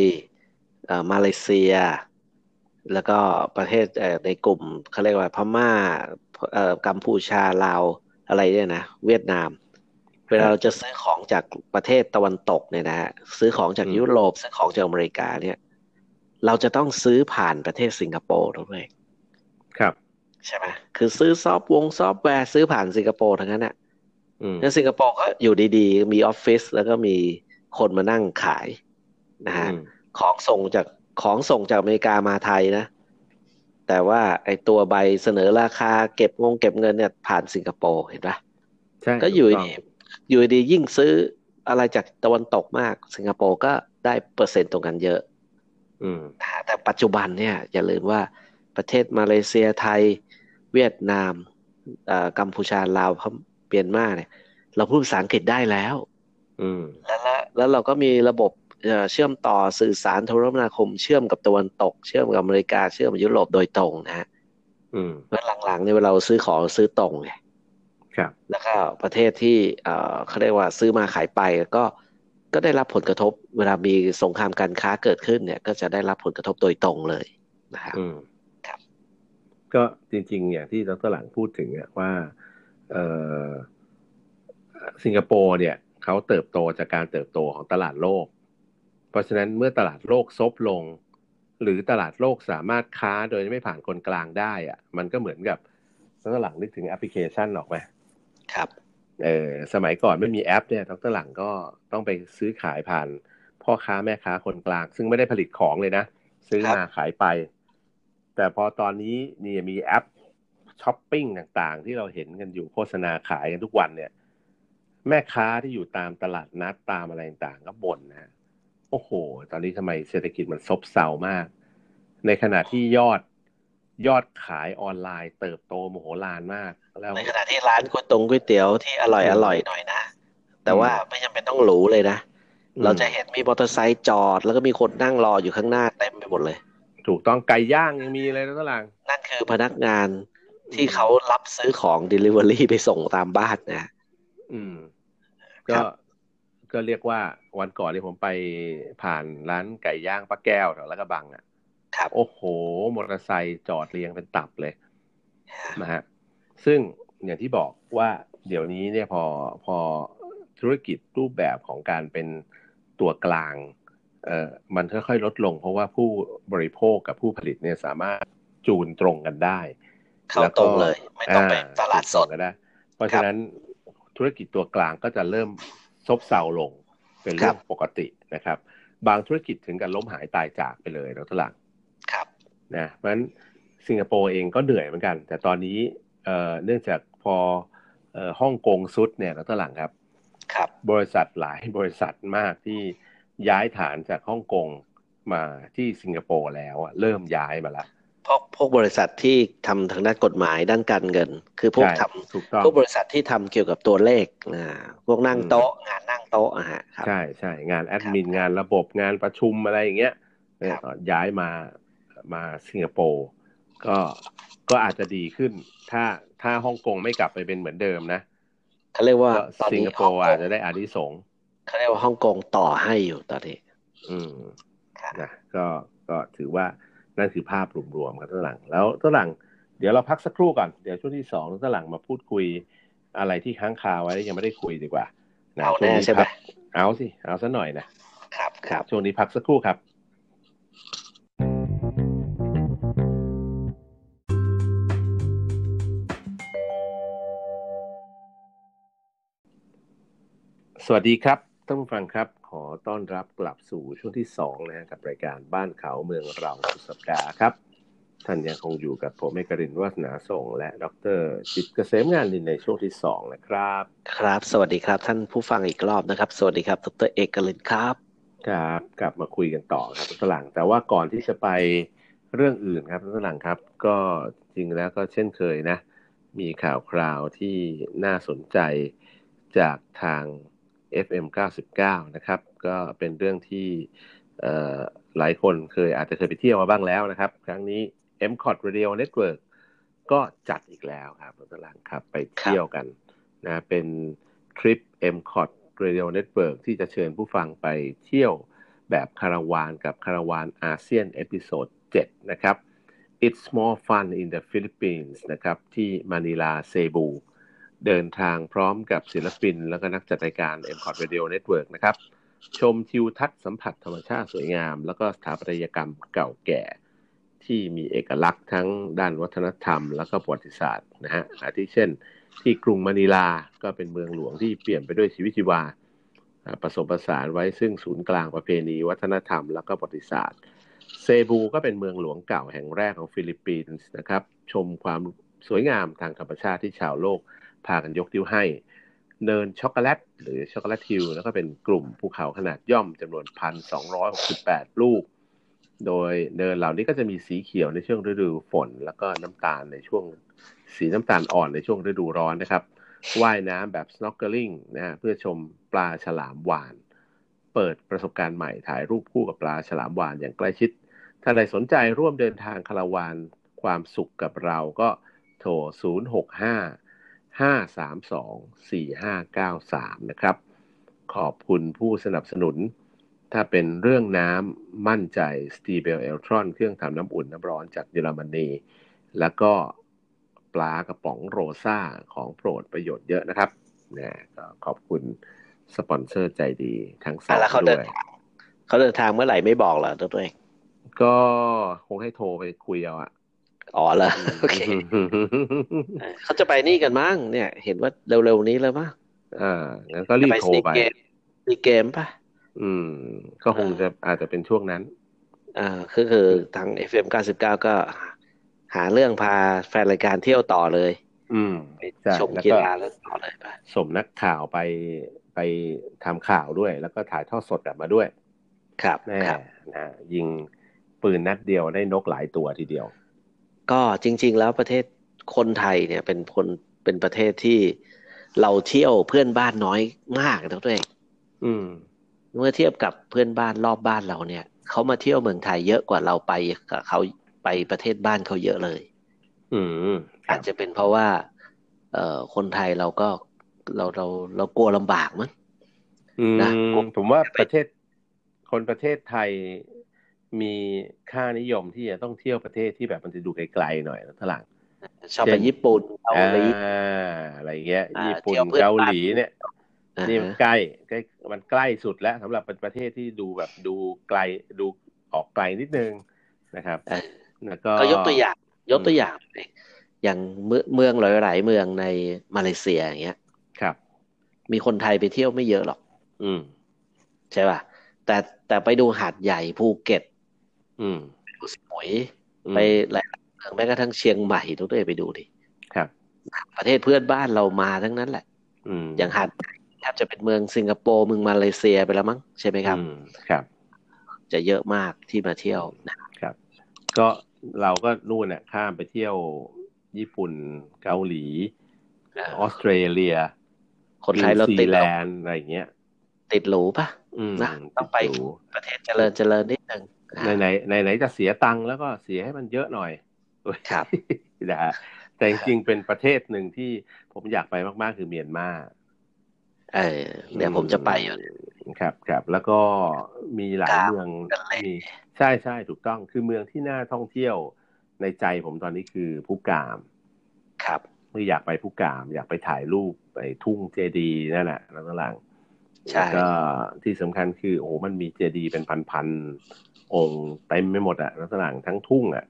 เอ่อมาเลเซีย แล้วก็ประเทศเอ่อในกลุ่มเขาเรียกว่าพม่าเอ่อกัมพูชาลาวอะไรเนี่ยนะเวียดนาม เวลาเราจะซื้อของจากประเทศตะวันตกเนี่ยนะฮะซื้อของจาก
อืม
ยุโรปซื้อของจากอเมริกาเนี่ย เราจะต้องซื้อผ่านประเทศสิงคโปร์ด้วย
ครับ
ใช่ไหมคือซื้อซอฟต์วงซอฟต์แวร์ซื้อผ่านสิงคโปร์ทั้งนั้นน่ะ
อืม
แล้วสิงคโปร์ก็อยู่ดีๆ มีออฟฟิศแล้วก็มีคนมานั่งขายนะฮะ ของส่งจากของส่งจากอเมริกามาไทยนะ แต่ว่าไอตัวใบเสนอราคาเก็บงงเก็บเงินเนี่ยผ่านสิงคโปร์เห็นปะ
ใช่
ก็อยู่
ถูต้ง
ดีอยู่ดียิ่งซื้ออะไรจากตะวันตกมาก สิงคโปร์ก็ได้เปอร์เซ็นต์ตรงกันเยอะ
อืม
นะฮะแต่ปัจจุบันเนี่ยอย่าลืมว่าประเทศมาเลเซียไทย เวียดนามเอ่อกัมพูชาลาวพมเมียนมาเนี่ย เราพูดภาษาอังกฤษได้แล้ว
อืม
แล้วละแล้วเราก็มีระบบเอ่อเชื่อมต่อสื่อสารโทรคมนาคม เชื่อมกับตะวันตก เชื่อมกับอเมริกาเชื่อมกับยุโรปโดยตรงนะฮะ
อืม
แล้วหลังๆเนี่ยเวลาเราซื้อของเราซื้อตรงไง
ครับ
แล้วก็ประเทศที่เอ่อเขาเรียกว่าซื้อมาขายไปก็ก็ได้รับผลกระทบเวลามีสงครามการค้าเกิดขึ้นเนี่ย ก็จะได้รับผลกระทบโดยตรงเลยนะครับ
อืม
ครับ
ก็จริง ๆ อย่างที่ดรหลังพูดถึงอะว่าเออสิงคโปร์เนี่ยเขาเติบโตจากการเติบโตของตลาดโลก เพราะฉะนั้นเมื่อตลาดโลกซบลง หรือตลาดโลกสามารถค้าโดยไม่ผ่านคนกลางได้อะมันก็เหมือนกับดรหลังนึกถึงแอปพลิเคชันออกไหม
ครับ
เออสมัยก่อนไม่มีแอปเนี่ยดรหลังก็ต้องไปซื้อขายผ่าน พ่อค้าแม่ค้าคนกลาง ซึ่งไม่ได้ผลิตของเลยนะ ซื้อมาขายไป แต่พอตอนนี้เนี่ยมีแอปช้อปปิ้งต่างๆ ที่เราเห็นกันอยู่โฆษณาขายกันทุกวันเนี่ย แม่ค้าที่อยู่ตามตลาดนัดตามอะไรต่างๆก็บ่นนะ โอ้โห ตอนนี้ทำไมเศรษฐกิจมันซบเซามาก ในขณะที่ยอดยอดขายออนไลน์เติบโตมโหฬารมากแล้ว
ในขณะที่ร้านก๋วยตงก๋วยเตี๋ยวที่อร่อย
อืม
อร่อยหน่อยนะ แต่ว่าไม่จำเป็นต้องหรูเลยนะ
อืม
เราจะเห็นมีมอเตอร์ไซค์จอด แล้วก็มีคนนั่งรออยู่ข้างหน้าเต็มไปหมดเลย
ถูกต้องไก่ย่างยังมีเลยนะตลัง
นั่นคือพนักงานที่เขารับซื้อของ Delivery ไปส่งตามบ้านนะ
อืม
ค
ก็
รับ
ก็เรียกว่าวันก่อนที่ยผมไปผ่านร้านไก่ย่างป้าแก้วแถวลาดกระบังอ่ะ
ครับ
โอ้โห มอเตอร์ไซค์จอดเรียงเป็นตับเลยนะฮะซึ่งอย่างที่บอกว่าเดี๋ยวนี้เนี่ยพอพอธุรกิจรูปแบบของการเป็นตัวกลาง เอ่อมันค่อยๆลดลง เพราะว่าผู้บริโภคกับผู้ผลิตเนี่ยสามารถจูนตรงกันได้
เข้าตรงเลย ไม่ต้องไปตลาดสด
อ่ถูกต้องก็ได้ เพราะฉะนั้นธุรกิจตัวกลางก็จะเริ่มซบเซาลงเป็นเรื่องปกตินะครับ บางธุรกิจถึงกับล้มหายตายจากไปเลยแล้วทลัง
ครับ
นะเพราะฉะนั้นสิงคโปร์เองก็เหนื่อยเหมือนกัน แต่ตอนนี้เอ่อเนื่องจากพอเอ่อฮ่องกงซุดเนี่ยแล้วทลังครับ
ครับ
บริษัทหลายบริษัทมากที่ย้ายฐานจากฮ่องกงมาที่สิงคโปร์แล้วอะเริ่มย้ายมาแล้ว
พวกพวกบริษัทที่ทำทางด้านกฎหมายด้านการเงิน คือพวก
ใช่
ทำ
ถูกต้อง
พวกบริษัทที่ทำเกี่ยวกับตัวเลขนะพวกนั่ง
อืม
โต๊ะงานนั่งโต๊ะอะฮะครับ
ใช่ใช่งานแอดมิน งานระบบงานประชุมอะไรอย่างเงี้ยเนี่ย
ครับ
ย้ายมามาสิงคโปร์ก็ก็อาจจะดีขึ้น ถ้าถ้าฮ่องกงไม่กลับไปเป็นเหมือนเดิมนะ
เขาเรียกว่า
ก็
ตอน
สิง
นี้
คโป
ฮ่อง
ร์
ก
อาจ
ง
จะได้อานิสงส์
เขาเรียกว่าฮ่องกงต่อให้อยู่ตอนนี้
อืม
ครับ
นะก็ก็ถือว่านั่นคือภาพรวมๆครับต้นหลัง แล้วต้นหลัง เดี๋ยวเราพักสักครู่ก่อน เดี๋ยวช่วงที่สองต้นหลังมาพูดคุยอะไรที่ค้างคาไว้ยังไม่ได้คุยดีกว่าะ
เอาแน่
วง
ใช่ไหม
พักเอาสิเอาซะหน่อยนะ
ครับครับ
ช่วงนี้พักสักครู่ครับ สวัสดีครับท่านผู้ฟังครับ ขอต้อนรับกลับสู่ช่วงที่สองนะฮะกับรายการบ้านเขาเมืองเราสุดสัปดาห์ครับ ท่านยังคงอยู่กับผมเอกรินทร์วัฒนาส่ง และดรจิตรเกษมงานดินในช่วงที่สองนะครับ
ครับ สวัสดีครับท่านผู้ฟังอีกรอบนะครับ สวัสดีครับดรเอกลินครับ
ครับกลับมาคุยกันต่อครับตลังแต่ว่าก่อนที่จะไปเรื่องอื่นครับตลังครับ ก็จริงแล้วก็เช่นเคยนะ มีข่าวคราวที่น่าสนใจจากทาง FM 99 นะครับ ก็เป็นเรื่องที่เอ่อหลายคนเคยอาจจะเคยไปเที่ยวมาบ้างแล้วนะครับ ครั้งนี้ m c o t Radio Network ก็จัดอีกแล้วครับตลังครับไปเที่ยวกันนะเป็นทริป m c o t Radio Network ที่จะเชิญผู้ฟังไปเที่ยวแบบคาราวานกับคาราวานอาเซียนเอพิโซด7นะครับ It's more fun in the Philippines นะครับ ที่มะนิลาเซบู เดินทางพร้อมกับศิลปิน แล้วก็นักจัดรายการ m c o t Radio Network นะครับ ชมทิวทัศน์สัมผัสธรรมชาติสวยงาม แล้วก็สถาปัตยกรรมเก่าแก่ ที่มีเอกลักษณ์ทั้งด้านวัฒนธรรม แล้วก็ประวัติศาสตร์นะฮะอาทิเช่น ที่กรุงมะนิลาก็เป็นเมืองหลวงที่เปลี่ยนไปด้วยชีวิตชีวา อ่าผสมผสานไว้ซึ่งศูนย์กลางประเพณีวัฒนธรรม และก็ประวัติศาสตร์ เซบูก็เป็นเมืองหลวงเก่าแห่งแรกของฟิลิปปินส์นะครับ ชมความสวยงามทางธรรมชาติที่ชาวโลกพากันยกนิ้วให้ เนินช็อกโกแลตหรือช็อกโกแลตฮิลแล้วก็เป็นกลุ่มภูเขาขนาดย่อมจำนวน 1,268 ลูก โดยเนินเหล่านี้ก็จะมีสีเขียวในช่วงฤดูฝน แล้วก็น้ำตาลในช่วงสีน้ำตาลอ่อนในช่วงฤดูร้อนนะครับ ว่ายน้ำแบบ snorkeling นะฮะเพื่อชมปลาฉลามวาน เปิดประสบการณ์ใหม่ถ่ายรูปคู่กับปลาฉลามวานอย่างใกล้ชิด ถ้าใครสนใจร่วมเดินทางคาราวานความสุขกับเราก็โทร 0 6 5 5 3 2 4 5 9 3 นะครับ ขอบคุณผู้สนับสนุน ถ้าเป็นเรื่องน้ำมั่นใจสตีเบลเอลทรอนเครื่องทำน้ำอุ่นน้ำร้อนจากเยอรมนี แล้วก็ปลากระป๋องโรซ่าของโปรดประโยชน์เยอะนะครับนะก็ขอบคุณสปอนเซอร์ใจดีทั้งสอ
อ่ะ
ง
แล้วเขา
ด้
เดิน
วย
ทางเขาเดินทางเมื่อไหร่ไม่บอกเหรอตัวเอง
ก็คงให้โทรไปคุยเอาอะ
อ๋อเหรอโอเคเขาจะไปนี่กันมั้งเนี่ย เห็นว่าเร็วๆนี้แล้วมั้ง
[LAUGHS] อ่างั้นก็รีบโทรไป
มีเกมปะ
อืม ก็คงจะอาจจะเป็นช่วงนั้น
อ่าก็คือทาง FM 99 ก็หาเรื่องพาแฟนรายการเที่ยวต่อเลย
อืม
ไป
ใช่
ชม
แล้ว
กี
ก็
ฬาแล้วต่อเลยไป
สมนักข่าวไปไปทำข่าวด้วย แล้วก็ถ่ายทอดสดกลับมาด้วย
ครับ
แน่
ครับ
นะยิงปืนนัดเดียวได้นกหลายตัวทีเดียว
ก็จริง ๆ แล้วประเทศคนไทยเนี่ยเป็นคนเป็นประเทศที่เราเที่ยวเพื่อนบ้านน้อยมากนะตัวเอง
อืม
เมื่อเทียบกับเพื่อนบ้านรอบบ้านเราเนี่ยเขามาเที่ยวเมืองไทยเยอะกว่าเราไปกับเขาไปประเทศบ้านเขาเยอะเลย
อืม
อาจจะเป็นเพราะว่า เอ่อคนไทยเราก็เราเราเรากลัวลำบากมั้ง
อืม
นะ
ผมว่าประเทศคนประเทศไทยมีค่านิยมที่จะต้องเที่ยวประเทศที่แบบมันจะดูไกลๆหน่อยนะทลัง
ชอบไปญี่ปุ่นเกา
อ่า
หลี
อะไรเงี้ย
อ่า
ญี่ปุ่น
เที่ยวเพื่อนบ้าน
เกาหลีเนี่ย
อ่า
นี่
ฮะ
มันใกล้ใกล้มันใกล้สุดแล้วสำหรับเป็นประเทศที่ดูแบบดูไกลดูออกไกลนิดนึงนะครับ
เออ
แล้วก็
ก็ยกตัวอย่าง ยกตัวอย่าง อย่างเมืองเมืองหลายๆเมืองในมาเลเซียอย่างเงี้ย
ครับ
มีคนไทยไปเที่ยวไม่เยอะหรอก
อืม
ใช่ป่ะ แต่แต่ไปดูหาดใหญ่ภูเก็ต
อืม
ไปดูสมุย
อืม
ไปหลายๆเมืองแม้กระทั่งเชียงใหม่ทุกตัวเองไปดูดิ
ครับ
ประเทศเพื่อนบ้านเรามาทั้งนั้นแหละ
อืม
อย่างหาดใหญ่แทบจะเป็นเมืองสิงคโปร์เมืองมาเลเซียไปแล้วมั้งใช่ไหมครับ
อืมครับ
จะเยอะมากที่มาเที่ยวนะครับ
ก็เราก็นู่นน่ะข้ามไปเที่ยวญี่ปุ่นเกาหลี ออสเตรเลีย
คนไทยเรา
นิว
ติ
ซี
ดห
แล
รู
นด์อะไรเงี้ย
ติดหรูป่ะ
อืม
นะต้องไป
หรู
ประเทศเจริญเจริญนิดนึง
ไหนไหนไหนไหนจะเสียตังค์แล้วก็เสียให้มันเยอะหน่อย
ครับ
นะฮะแต่จริงๆเป็นประเทศหนึ่งที่ผมอยากไปมากๆ คือเมียนมา
เออเดี๋ยวผมจะไปอยู่
ครับครับแล้วก็มีหลาย
ครับ
เมือง
ทะเล
มีใช่ใช่ถูกต้องคือเมืองที่น่าท่องเที่ยวในใจผมตอนนี้คือภูกาม
ครับ
คืออยากไปภูกาม อยากไปถ่ายรูปไปทุ่งเจดีย์นั่นแหละแล้วก็หลังแล้
ใช่
วก็ที่สำคัญคือโอ้โหมันมีเจดีย์เป็นพันๆองค์เต็มไปหมดอะแล้วหลังทั้งทุ่งอะ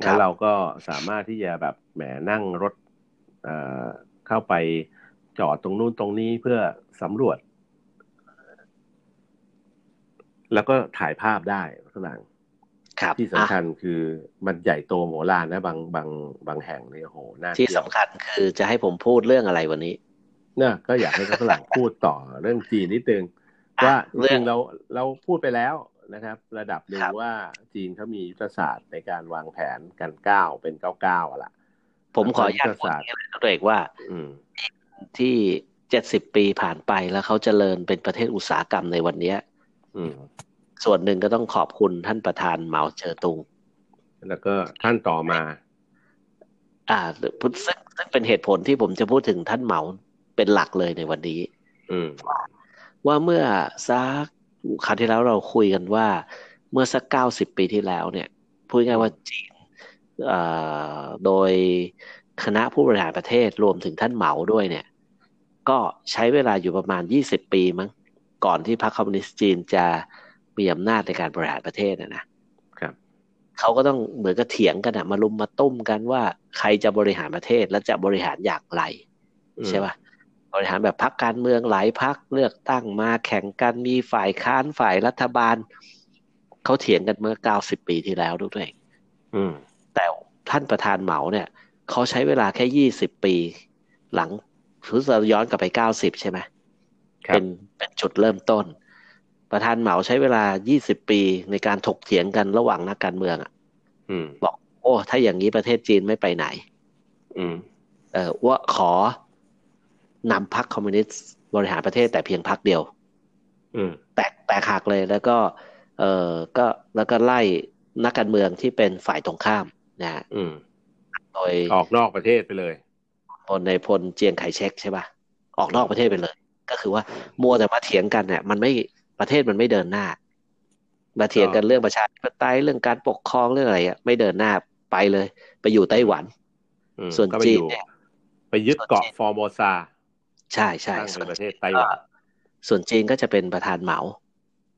ค
แล้
รั
ว
บ
เราก็สามารถที่จะแบบแหมนั่งรถเอ่อเข้าไปจอดตรงนู้นตรงนี้เพื่อสำรวจ แล้วก็ถ่ายภาพได้ข้างหลัง
ครับ
ที่สำคัญคือมันใหญ่โตโหฬารนะบางบางบางแห่งเนี่ยโอ้โหน่า
อ่ะที่
เที่ยว
สำคัญคือจะให้ผมพูดเรื่องอะไรวันนี้
น่ะก็อยากให้ข้างหลังพูดต่อเรื่องจีนนิดนึงว่าจ
เรื่
ริ
อง
งๆเราเราพูดไปแล้วนะครับ ระดับหนึ่ง
ครับ
ว่าจีนเขามียุทธศาสตร์ในการวางแผนกันก้าวเป็นก้าวก้าวๆอะล่ะ
ผมขอ
แล้ว
อยา
ก็
ก
ยุทธ
พูด
ศาสตร์
อย่างนี้นะตัวเอกว่า
อืม
ที่เจ็ดสิบปีผ่านไปแล้วเขาเจริญเป็นประเทศอุตสาหกรรมในวันเนี้ย
อืม
ส่วนหนึ่งก็ต้องขอบคุณท่านประธานเหมาเจ๋อตุง
แล้วก็ท่านต่อมา
อ่าซึ่งซึ่งเป็นเหตุผลที่ผมจะพูดถึงท่านเหมาเป็นหลักเลยในวันนี้
อืม
ว่าเมื่อสักคราวที่แล้วเราคุยกันว่า เมื่อสักเก้าสิบปีที่แล้วเนี่ยพูดง่ายๆว่าจีนเอ่อโดยคณะผู้บริหารประเทศรวมถึงท่านเหมาด้วยเนี่ย ก็ใช้เวลาอยู่ประมาณยี่สิบปีมั้งก่อนที่พรรคคอมมิวนิสต์จีนจะมีอำนาจในการบริหารประเทศนะนะครับ เขาก็ต้องเหมือนกับเถียงกันอะมาลุมมาตุ้มกันว่าใครจะบริหารประเทศและจะบริหารอย่างไร ใช่ป่ะ บริหารแบบพักการเมืองหลายพักเลือกตั้งมาแข่งกันมีฝ่ายค้านฝ่ายรัฐบาลเขาเถียงกันเมื่อเก้าสิบปีที่แล้วด้วยตัวเอง
อืม
แต่ท่านประธานเหมาเนี่ยเขาใช้เวลาแค่ยี่สิบปี หลังรู้สึกย้อนกลับไปเก้าสิบใช่ไหม
ครับ
เป็นเป็นจุดเริ่มต้น ประธานเหมาใช้เวลายี่สิบปีในการถกเถียงกันระหว่างนักการเมืองอะ
อืม
โอ้ ถ้าอย่างนี้ประเทศจีนไม่ไปไหน
อืม
เออว่าขอนำพรรคคอมมิวนิสต์บริหารประเทศแต่เพียงพรรคเดียว
อืม
แตกแตกหักเลยแล้วก็เออก็แล้วก็ไล่นักการเมืองที่เป็นฝ่ายตรงข้ามนะฮะ
อืม
โดย
ออกนอกประเทศไปเลย
พลในพลเจียงไคเชกใช่ป่ะออกนอกประเทศไปเลย ก็คือว่ามัวแต่มาเถียงกันเนี่ยมันไม่ประเทศมันไม่เดินหน้า มาเถียงกันเรื่องประชาธิปไตยเรื่องการปกครองเรื่องอะไรอ่ะไม่เดินหน้าไปเลย ไปอยู่ไต้หวัน
อืม
ส่วน
ก็ไป
จี
อ
น
ยู่
เนี่ย
ไปยึดเกาะ
ส่วนจีน
ฟอร์โมซา
ใช่ใช่
ตั้ง
ส่
เป็
ว
น
น
ประเทศ
จีน
ไต้หวัน
ส่วนจีนก็จะเป็นประธานเหมา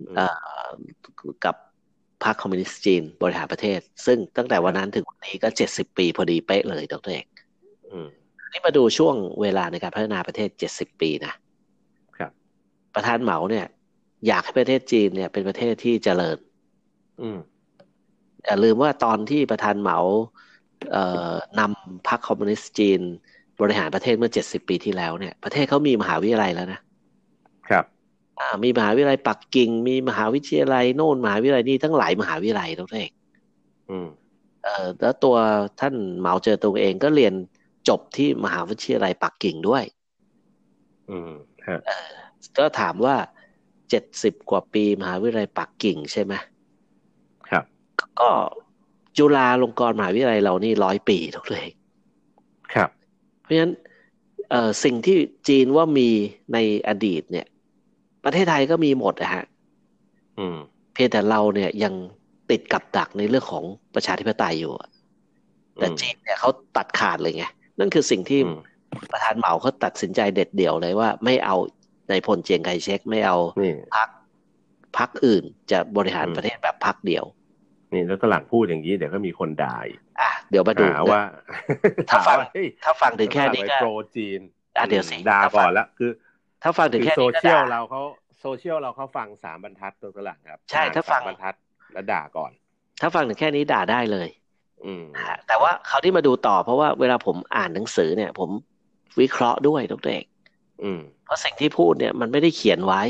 อืม
เอ่อกับพรรคคอมมิวนิสต์จีนบริหารประเทศ ซึ่งตั้งแต่วันนั้นถึงวันนี้ก็เจ็ดสิบปีพอดีเป๊ะเลยดรเอก
อืม
นี่มาดูช่วงเวลาในการพัฒนาประเทศเจ็ดสิบปีนะครับ ประธานเหมาเนี่ย อยากให้ประเทศจีนเนี่ยเป็นประเทศที่เจริญ
อืม
อย่าลืมว่าตอนที่ประธานเหมาเอ่อนำพรรคคอมมิวนิสต์จีน บริหารประเทศเมื่อเจ็ดสิบปีที่แล้วเนี่ยประเทศเขามีมหาวิทยาลัยแล้วนะ
ครับ
อ่ามีมหาวิทยาลัยปักกิ่ง มีมหาวิทยาลัยโน่นมหาวิทยาลัยนี่ทั้งหลายมหาวิทยาลัยตัวเอง
อืม
เออแล้วตัวท่านเหมาเจ๋อตงเองก็เรียนจบที่มหาวิทยาลัยปักกิ่งด้วย
อืม ฮะ
ก็ถามว่าเจ็ดสิบกว่าปีมหาวิทยาลัยปักกิ่งใช่ไหม
ครับ
ก็จุฬาลงกรณ์มหาวิทยาลัยเรานี่ร้อยปีตัวเอง
ครับ
เพราะฉะนั้นเอ่อสิ่งที่จีนว่ามีในอดีตเนี่ย ประเทศไทยก็มีหมดนะฮะ
อืม
เพียงแต่เราเนี่ยยังติดกับดักในเรื่องของประชาธิปไตยอยู่อะแต่
อืม
จีนเนี่ยเขาตัดขาดเลยไง นั่นคือสิ่งที่
อืม
ประธานเหมาเขาตัดสินใจเด็ดเดี่ยวเลยว่าไม่เอาในพลเจียงไคเชกไม่เอา
นี่
พักพักอื่นจะบริหาร
อืม
ประเทศแบบพักเดียว
นี่แล้วตอนหลังพูดอย่างนี้เดี๋ยวก็มีคนด่าอีก
อ่ะเดี๋ยวมาดู
หาว่า
ถ้าฟัง
หเฮ้ย
ถ้าฟังถึงแค่นี้
ไป
ก็
โปรจีน
อ่ะเดี๋ยวสิ
ด่า
ถ้าฟัง
ก่อนละคือ
ถ้าฟังถึง
คือ
แค่
โซ
นี้ก็
เชียล
ได้
เราเขาโซเชียลเราเขาฟังสามบรรทัดตัวหลังครับ
ใช่
อ่น
ถ้าฟัง
สมบรรทัดแล้วด่าก่อน
ถ้าฟังถึงแค่นี้ด่าได้เลย
อืม
ฮะแต่ว่าเขาวที่มาดูต่อเพราะว่าเวลาผมอ่านหนังสือเนี่ย ผมวิเคราะห์ด้วยทุกเด็ก
อืม
เพราะสิ่งที่พูดเนี่ยมันไม่ได้เขียนไว้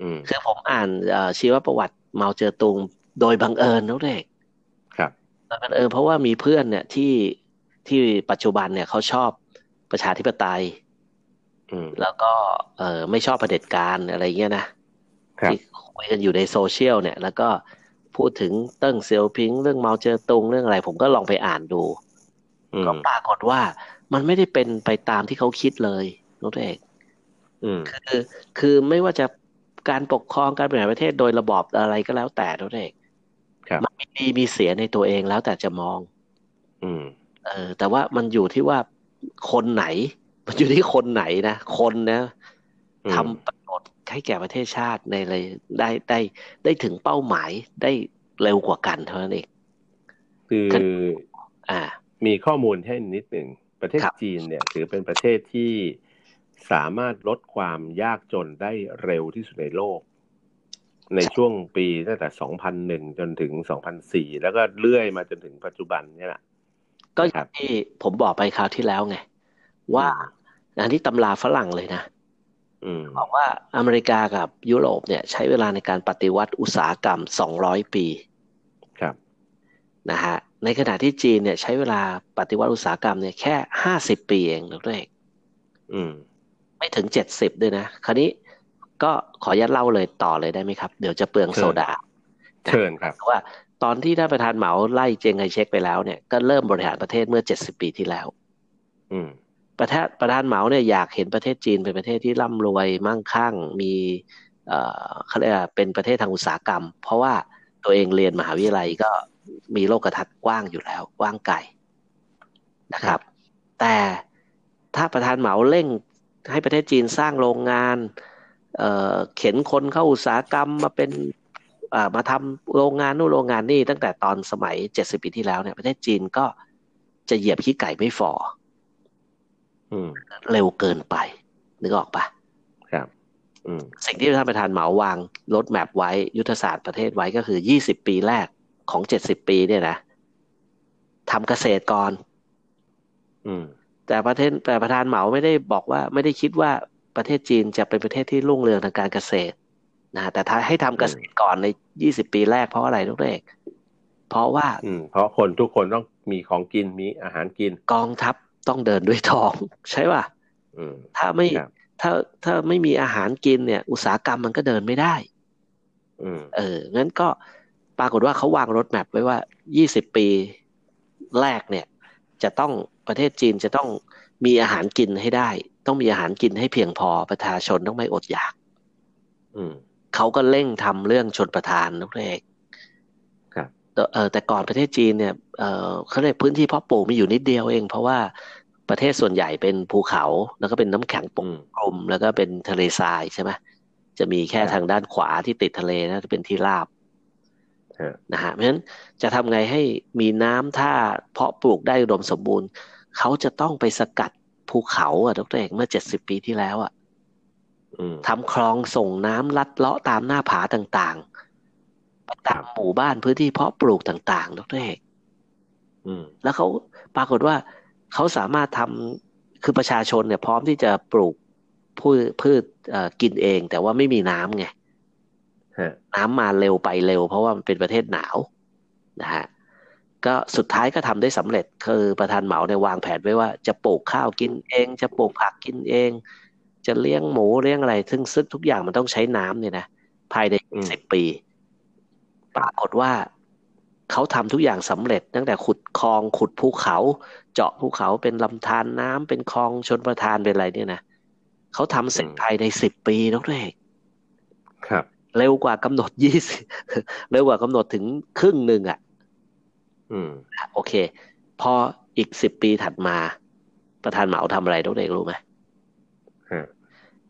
อืม
คือผมอ่านเอ่อชีวประวัติเมาเจอตุงโดยบังเอิญทุกเด็ก
ครับ
โดยบังเอิญเพราะว่ามีเพื่อนเนี่ยที่ที่ปัจจุบันเนี่ยเขาชอบประชาธิปไตย
อืม
แล้วก็เออไม่ชอบเผด็จการอะไรเงี้ยนะครับ ที่คุยกันอยู่ในโซเชียลเนี่ย แล้วก็พูดถึงเติ้งเซียวพิง เรื่องเมาเจอตุงเรื่องอะไร ผมก็ลองไปอ่านดู
อื
ก็
ม
ปรากฏว่ามันไม่ได้เป็นไปตามที่เขาคิดเลยนุชเอก
อืม
คือคือไม่ว่าจะการปกครองการบริหารประเทศโดยระบอบอะไรก็แล้วแต่นุชเอก
ครับ
มันมีดีมีเสียในตัวเองแล้วแต่จะมอง
อืม
เออแต่ว่ามันอยู่ที่ว่าคนไหน มันอยู่ที่คนไหนนะ คนนะ
อืม
ทำประโยชน์ให้แก่ประเทศชาติในเลยได้ได้ได้ถึงเป้าหมายได้เร็วกว่ากันเท่านั้นเอง
คือ
ครับ อ่า
มีข้อมูลให้นิดหนึ่งประเทศ
ครับ
จีนเนี่ย ถือเป็นประเทศที่สามารถลดความยากจนได้เร็วที่สุดในโลก ในช่วงปีตั้งแต่ 2001 จนถึง 2004 แล้วก็เลื่อยมาจนถึงปัจจุบันเนี่ยแหละ
ก็อ
ครั
ย่าง
บ
ที่ผมบอกไปคราวที่แล้วไง ว่าอันนี้ตำราฝรั่งเลยนะ
อืม
บอกว่าอเมริกากับยุโรปเนี่ยใช้เวลาในการปฏิวัติอุตสาหกรรม 200 ปี
ครับ
นะฮะ ในขณะที่จีนเนี่ยใช้เวลาปฏิวัติอุตสาหกรรมเนี่ยแค่ 50 ปีเองดรเอก
อืม
ไม่ถึง 70 ด้วยนะ คราวนี้ก็ขออนุญาตเล่าเลยต่อเลยได้ไหมครับ เดี๋ยวจะเปลืองโซดา
เชิญครับ
เพราะว่าตอนที่ท่านประธานเหมาไล่เจยงไคเชกไปแล้วเนี่ยก็เริ่มบริหารประเทศเมื่อ 70 ปีที่แล้ว
อืม
ประธานประธานเหมาเนี่ยอยากเห็นประเทศจีนเป็นประเทศที่ร่ำรวยมั่งคั่งมีเอ่อเขาเรียกว่าเป็นประเทศทางอุตสาหกรรม เพราะว่าตัวเองเรียนมหาวิทยาลัยก็มีโลกทัศน์กว้างอยู่แล้วกว้างไกลนะครับ แต่ถ้าประธานเหมาเร่งให้ประเทศจีนสร้างโรงงานเอ่อเข็นคนเข้าอุตสาหกรรมมาเป็นเอ่อมาทำโรงงานนู่นโรงงานนี่ตั้งแต่ตอนสมัย 70 ปีที่แล้วเนี่ยประเทศจีนก็จะเหยียบขี้ไก่ไม่ฝ่อ
อืม
เร็วเกินไป นึกออกปะ
ครับ อืม
สิ่งที่ท่านประธานเหมาวางรถแมพไว้ยุทธศาสตร์ประเทศไว้ก็คือยี่สิบปีแรกของเจ็ดสิบปีเนี่ยนะทำเกษตรก่อน
อืม
แต่ประเทศแต่ประธานเหมาไม่ได้บอกว่าไม่ได้คิดว่าประเทศจีนจะเป็นประเทศที่รุ่งเรืองทางการเกษตรนะฮะแต่ถ้าให้ทำเกษตรก่อนใน 20 ปีแรกเพราะอะไรทุกเอกเพราะว่า
อืม เพราะคนทุกคนต้องมีของกินมีอาหารกิน
กองทัพต้องเดินด้วยทอง ใช่ป่ะ
อืม
ถ้าไม่
ครับ
ถ้าถ้าไม่มีอาหารกินเนี่ย อุตสาหกรรมมันก็เดินไม่ได้
อืม
เออ งั้นก็ปรากฏว่าเขาวางรถแมพไว้ว่า 20 ปีแรกเนี่ย จะต้องประเทศจีนจะต้องมีอาหารกินให้ได้ ต้องมีอาหารกินให้เพียงพอประชาชนต้องไม่อดอยาก
อืม
เขาก็เร่งทำเรื่องชนประทานนักเอก
ครับ
เออแต่ก่อนประเทศจีนเนี่ย เออเขาเรียกพื้นที่เพาะปลูกมีอยู่นิดเดียวเอง เพราะว่าประเทศส่วนใหญ่เป็นภูเขาแล้วก็เป็นน้ำแข็งปก
อืม
กลมแล้วก็เป็นทะเลทรายใช่ไหมจะมีแค่
ครับ
ทางด้านขวาที่ติดทะเลนะจะเป็นที่ราบ
ฮะ
นะฮะเพราะฉะนั้นจะทำไงให้มีน้ำท่าเพาะปลูกได้อุดมสมบูรณ์ เขาจะต้องไปสกัดภูเขาอ่ะดรเอกเมื่อเจ็ดสิบปีที่แล้วอ่ะ
อืม
ทำคลองส่งน้ำลัดเลาะตามหน้าผาต่างๆไปตามหมู่บ้านพื้นที่เพาะปลูกต่างๆดรเอก
อืม
แล้วเขาปรากฏว่าเขาสามารถทำคือประชาชนเนี่ยพร้อมที่จะปลูกพืชพืชเอ่อกินเอง แต่ว่าไม่มีน้ำไง
ฮะ
น้ำมาเร็วไปเร็ว เพราะว่ามันเป็นประเทศหนาวนะฮะก็สุดท้ายก็ทำได้สำเร็จคือประธานเหมาเนี่ยวางแผนไว้ว่าจะปลูกข้าวกินเอง จะปลูกผักกินเอง จะเลี้ยงหมูเลี้ยงอะไร ซึ่งซึ่งทุกอย่างมันต้องใช้น้ำเนี่ยนะภายใน
อืม
สิบปี ปรากฏว่าเขาทำทุกอย่างสำเร็จ ตั้งแต่ขุดคลองขุดภูเขา เจาะภูเขาเป็นลำธารน้ำเป็นคลองชนประทานเป็นอะไรเนี่ยนะเขาทำเสร็จภายในสิบปีนกเรก
ครับ
เร็วกว่ากำหนด [LAUGHS] ยี่สิเร็วกว่ากำหนดถึงครึ่งหนึ่งอ่ะ
อืม
โอเค พออีกสิบปีถัดมา ประธานเหมาทำอะไรทุกเด็กรู้ไหม
ฮะ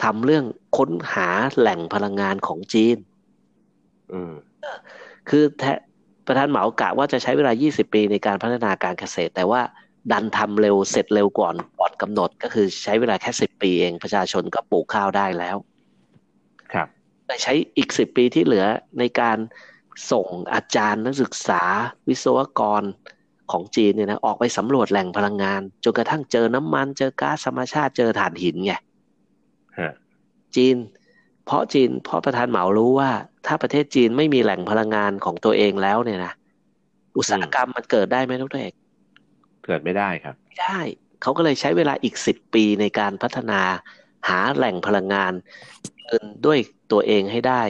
ทำเรื่องค้นหาแหล่งพลังงานของจีน
อืม
คือแทประธานเหมากะว่าจะใช้เวลา 20 ปีในการพัฒนาการเกษตร แต่ว่าดันทำเร็วเสร็จเร็วก่อนก่อนกำหนดก็คือใช้เวลาแค่ 10 ปีเอง ประชาชนก็ปลูกข้าวได้แล้ว
ครับ
แต่ใช้อีกสิบปีที่เหลือในการส่งอาจารย์นักศึกษา วิศวกรของจีนเนี่ยนะออกไปสำรวจแหล่งพลังงานจนกระทั่งเจอน้ำมันเจอก๊าซธรรมชาติเจอถ่านหินไง
ฮะ
จีน เพราะจีนเพราะประธานเหมารู้ว่า ถ้าประเทศจีนไม่มีแหล่งพลังงานของตัวเองแล้วเนี่ยนะอุตสาหกรรมมันเกิดได้ไหมทุกท่านเอก
เกิดไม่ได้ครับ
ไม่ได้เขาก็เลยใช้เวลาอีกสิบปีในการพัฒนาหาแหล่งพลังงานเดินด้วยตัวเองให้ได้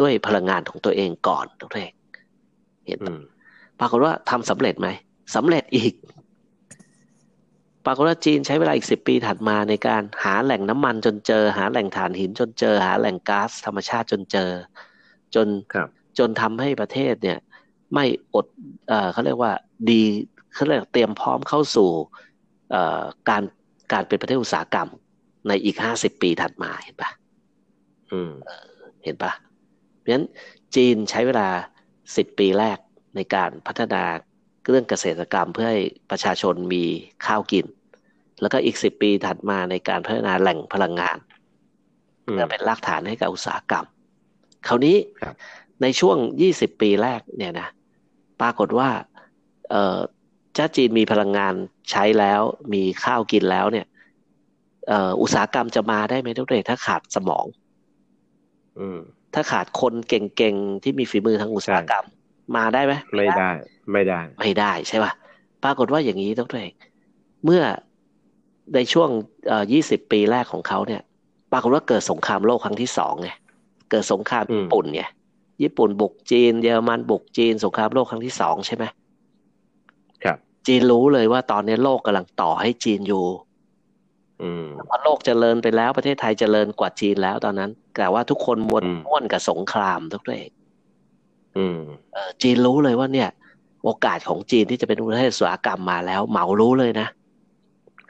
ด้วยพลังงานของตัวเองก่อนทุกท่านเอกเห็น
อืม
ปรากฏว่าทำสำเร็จไหมสำเร็จอีก ปรากฏว่าจีนใช้เวลาอีกสิบปีถัดมาในการหาแหล่งน้ำมันจนเจอ หาแหล่งถ่านหินจนเจอ หาแหล่งก๊าซธรรมชาติจนเจอ จน
ครับ
จนทำให้ประเทศเนี่ย ไม่อดเอ่อเขาเรียกว่าดีเขาเรียกเตรียมพร้อมเข้าสู่เอ่อการการเป็นประเทศอุตสาหกรรม ในอีกห้าสิบปีถัดมาเห็นปะ
อืม
เห็นปะเพราะฉะนั้นจีนใช้เวลา 10 ปีแรกในการพัฒนาเรื่องเกษตรกรรมเพื่อให้ประชาชนมีข้าวกิน แล้วก็อีก 10 ปีถัดมาในการพัฒนาแหล่งพลังงาน
อืม
เพื่อเป็นรากฐานให้กับอุตสาหกรรม คราวนี้
ครับ
ในช่วง 20 ปีแรกเนี่ยนะ ปรากฏว่าเออจ้าจีนมีพลังงานใช้แล้ว มีข้าวกินแล้วเนี่ยเอ่ออุตสาหกรรมจะมาได้ไหมทุกเรศถ้าขาดสมอง
อืม
ถ้าขาดคนเก่งๆ ที่มีฝีมือทางอุตสาหกรรม มาได้ไหม
ไม่ได้ ไม่ได้
ไม่ได้ใช่ป่ะ ปรากฏว่าอย่างนี้ต้องตัวเองเมื่อในช่วงเอ่อ20 ปีแรกของเขาเนี่ย ปรากฏว่าเกิดสงครามโลกครั้งที่สองไงเกิดสงคราม
อืม
ญี่ปุ่นไงญี่ปุ่นบุกจีน เยอรมันบุกจีน สงครามโลกครั้งที่สองใช่ไหม
ครับ
จีนรู้เลยว่าตอนนี้โลกกำลังต่อให้จีนอยู่
อืม
พอโลกเจริญไปแล้วประเทศไทยเจริญกว่าจีนแล้วตอนนั้น แต่ว่าทุกคนมวน
อืม
ม่วนกับสงครามทุกตัวเอง
อืม
เอ่อจีนรู้เลยว่าเนี่ย โอกาสของจีนที่จะเป็นประเทศอุตสาหกรรมมาแล้วเหมารู้เลยนะ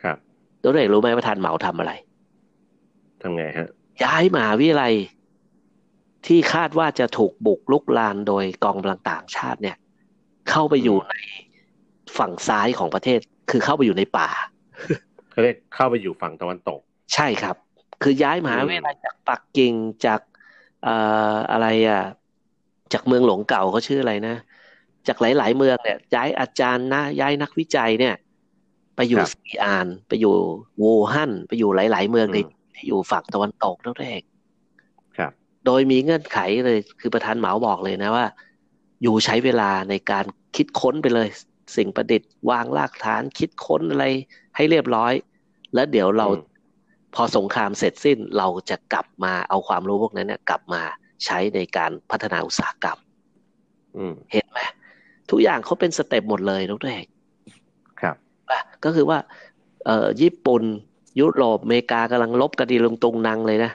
ครับ ตัวเอกรู้ไหมว่าทานเหมาทำอะไร
ทำไงฮะ
ย้ายมหาวิทยาลัย ที่คาดว่าจะถูกบุกลุกลานโดยกองกำลังต่างชาติเนี่ย เข้าไปอยู่ในฝั่งซ้ายของประเทศคือเข้าไปอยู่ในป่า
เขาเรียกเข้าไปอยู่ฝั่งตะวันตก
ใช่ครับ คือย้ายมหาวิทยาลัยจากปักกิ่งจากเอ่ออะไรอ่ะจากเมืองหลวงเก่าเขาชื่ออะไรนะ จากหลาย ๆ เมืองเนี่ยย้ายอาจารย์นะย้ายนักวิจัยเนี่ย ไปอยู่
ครับ
ซีอาน ไปอยู่วูฮั่นไปอยู่หลาย ๆ เมือง
อืม
ในที่อยู่ฝั่งตะวันตกนั่นเอง
ครับ
โดยมีเงื่อนไขเลยคือประธานเหมาบอกเลยนะว่า อยู่ใช้เวลาในการคิดค้นไปเลย สิ่งประดิษฐ์วางรากฐานคิดค้นอะไรให้เรียบร้อย แล้วเดี๋ยวเรา
อืม
พอสงครามเสร็จสิ้นเราจะกลับมาเอาความรู้พวกนั้นเนี่ยกลับมาใช้ในการพัฒนาอุตสาหกรรม
อืม
เห็นไหมทุกอย่างเขาเป็นสเต็ปหมดเลยดรเอก
ครับ
ป่ะก็คือว่าเอ่อญี่ปุ่น ยุโรปอเมริกากำลังลบกันดีลงตรงนังเลยนะ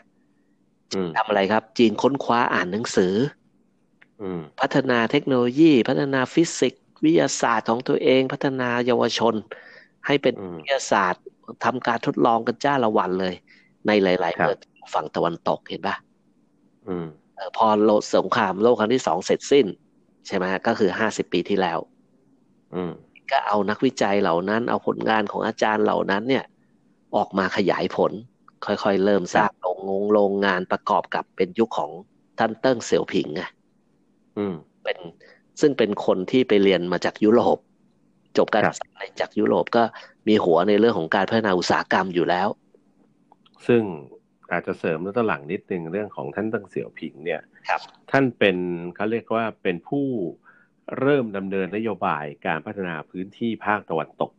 อืม
ทำอะไรครับ จีนค้นคว้าอ่านหนังสือ
อืม
พัฒนาเทคโนโลยี พัฒนาฟิสิกส์วิทยาศาสตร์ของตัวเอง พัฒนาเยาวชน ให้เป็น
อืม
วิทยาศาสตร์ทำการทดลองกันจ้าละวันเลย ในหลายๆ
ครับ
เมืองฝั่งตะวันตกเห็นปะ
อืม
เอ่อพอโลสงครามโลกครั้งที่สองเสร็จสิ้น ใช่ไหมฮะก็คือห้าสิบปีที่แล้ว
อืม
ก็เอานักวิจัยเหล่านั้น เอาผลงานของอาจารย์เหล่านั้นเนี่ย ออกมาขยายผล ค่อยๆ เริ่มสร้างโรงงงโรงงานประกอบกับเป็นยุคของท่านเติ้งเสี่ยวผิงไง
อืม
เป็นซึ่งเป็นคนที่ไปเรียนมาจากยุโรป จบการ
ครับ
ศึกษาจากยุโรปก็มีหัวในเรื่องของการพัฒนาอุตสาหกรรมอยู่แล้ว
ซึ่งอาจจะเสริมเรื่องต้นหลังนิดนึงเรื่องของท่านเตั้งเสี่ยวผิงเนี่ย
ครับ
ท่านเป็นเขาเรียกว่าเป็นผู้เริ่มดำเนินนโยบายการพัฒนาพื้นที่ภาคตะวันตก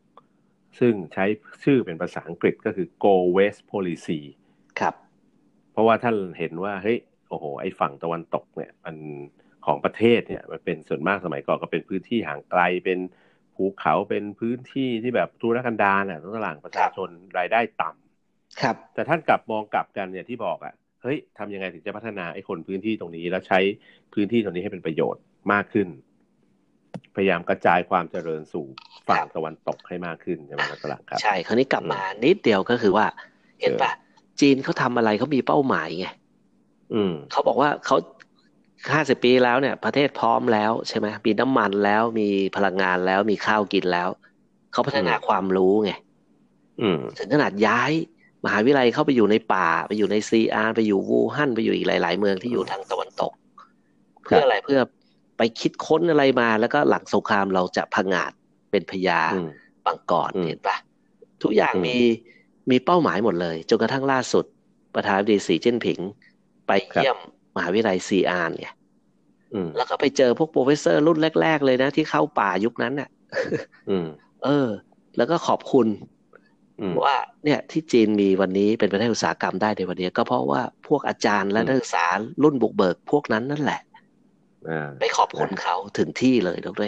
ซึ่งใช้ชื่อเป็นภาษาอังกฤษก็คือ Go West Policy
ครับ
เพราะว่าท่านเห็นว่าเฮ้ยโอ้โหไอ้ฝั่งตะวันตกเนี่ยมันของประเทศเนี่ยมันเป็นส่วนมากสมัยก่อนก็เป็นพื้นที่ห่างไกลเป็นภูเขาเป็นพื้นที่ที่แบบทุรกันดารน่ะตลางประชาชนรายได้ต่ำ
ครับ
แต่ท่านกลับมองกลับกันเนี่ยที่บอกอะ่ะเฮ้ยทำยังไงถึงจะพัฒนาไอ้คนพื้นที่ตรงนี้ แล้วใช้พื้นที่ตรงนี้ให้เป็นประโยชน์มากขึ้น พยายามกระจายความเจริญสู่ฝั่งตะวันตกให้มากขึ้นใช่ไหมนักตลาดครับ
ใช่ คราวนี้กลับมานิดเดียวก็คือว่า เห็นปะจีนเขาทำอะไรเขามีเป้าหมายไง
อืม
เขาบอกว่าเขา 50 ปีแล้วเนี่ย ประเทศพร้อมแล้วใช่ไหมมีน้ำมันแล้วมีพลังงานแล้วมีข้าวกินแล้ว เขาพัฒนา
อืม
ความรู้ไง
อืม
ถึงขนาดย้าย มหาวิทยาลัยเข้าไปอยู่ในป่า ไปอยู่ในซีอาร์ไปอยู่วูฮั่นไปอยู่อีกหลาย ๆ เมืองที่อยู่ทางตะวันตก เพื่ออะไรเพื่อไปคิดค้นอะไรมาแล้วก็หลังสงครามเราจะพังงาดเป็นพญา
อืม
บางกอด
อืม
เห็นปะทุกอย่าง
อืม
มีมีเป้าหมายหมดเลย จนกระทั่งล่าสุด ประธานาธิบดีสีจิ้นผิง ไปเยี่ยมมหาวิทยาลัยซีอาร์เนี่ย
อืม
แล้วก็ไปเจอพวกโปรเฟสเซอร์รุ่นแรก ๆ เลยนะ ที่เข้าป่ายุคนั้นน่ะ
อืม
เออ แล้วก็ขอบคุณ
อืม
ว่าเนี่ยที่จีนมีวันนี้เป็นประเทศอุตสาหกรรมได้ในวันนี้ ก็เพราะว่าพวกอาจารย์และ
อืม
นักศึกษารุ่นบุกเบิกพวกนั้นนั่นแหละ
อ่า
ไปขอบคุณเขาถึงที่เลยดร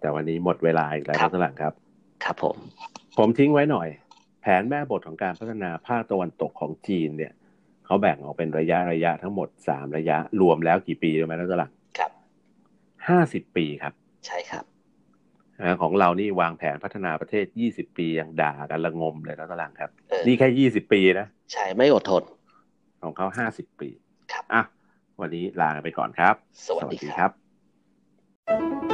แต่วันนี้หมดเวลาอีกแล้ว
ครั
ท่า
บ
นผู้หลังครับ
ครับผม
ผมทิ้งไว้หน่อย แผนแม่บทของการพัฒนาภาคตะวันตกของจีนเนี่ยเขาแบ่งออกเป็นระยะระยะทั้งหมดสามระยะ รวมแล้วกี่ปีรู้ไหมท่านผู้หลัง
ครับ
ห้าสิบปีครับ
ใช่ครับ
อ่าของเรานี่วางแผนพัฒนาประเทศยี่สิบปียังด่ากันละงมเลยท่านผู้หลังครับ
เออ
นี่แค่ยี่สิบปีนะ
ใช่ไม่อดทน
ของเขาห้าสิบปี
ครับ
อ่ะวันนี้ลากันไปก่อนครับ
สวัสดีครับ
ครับ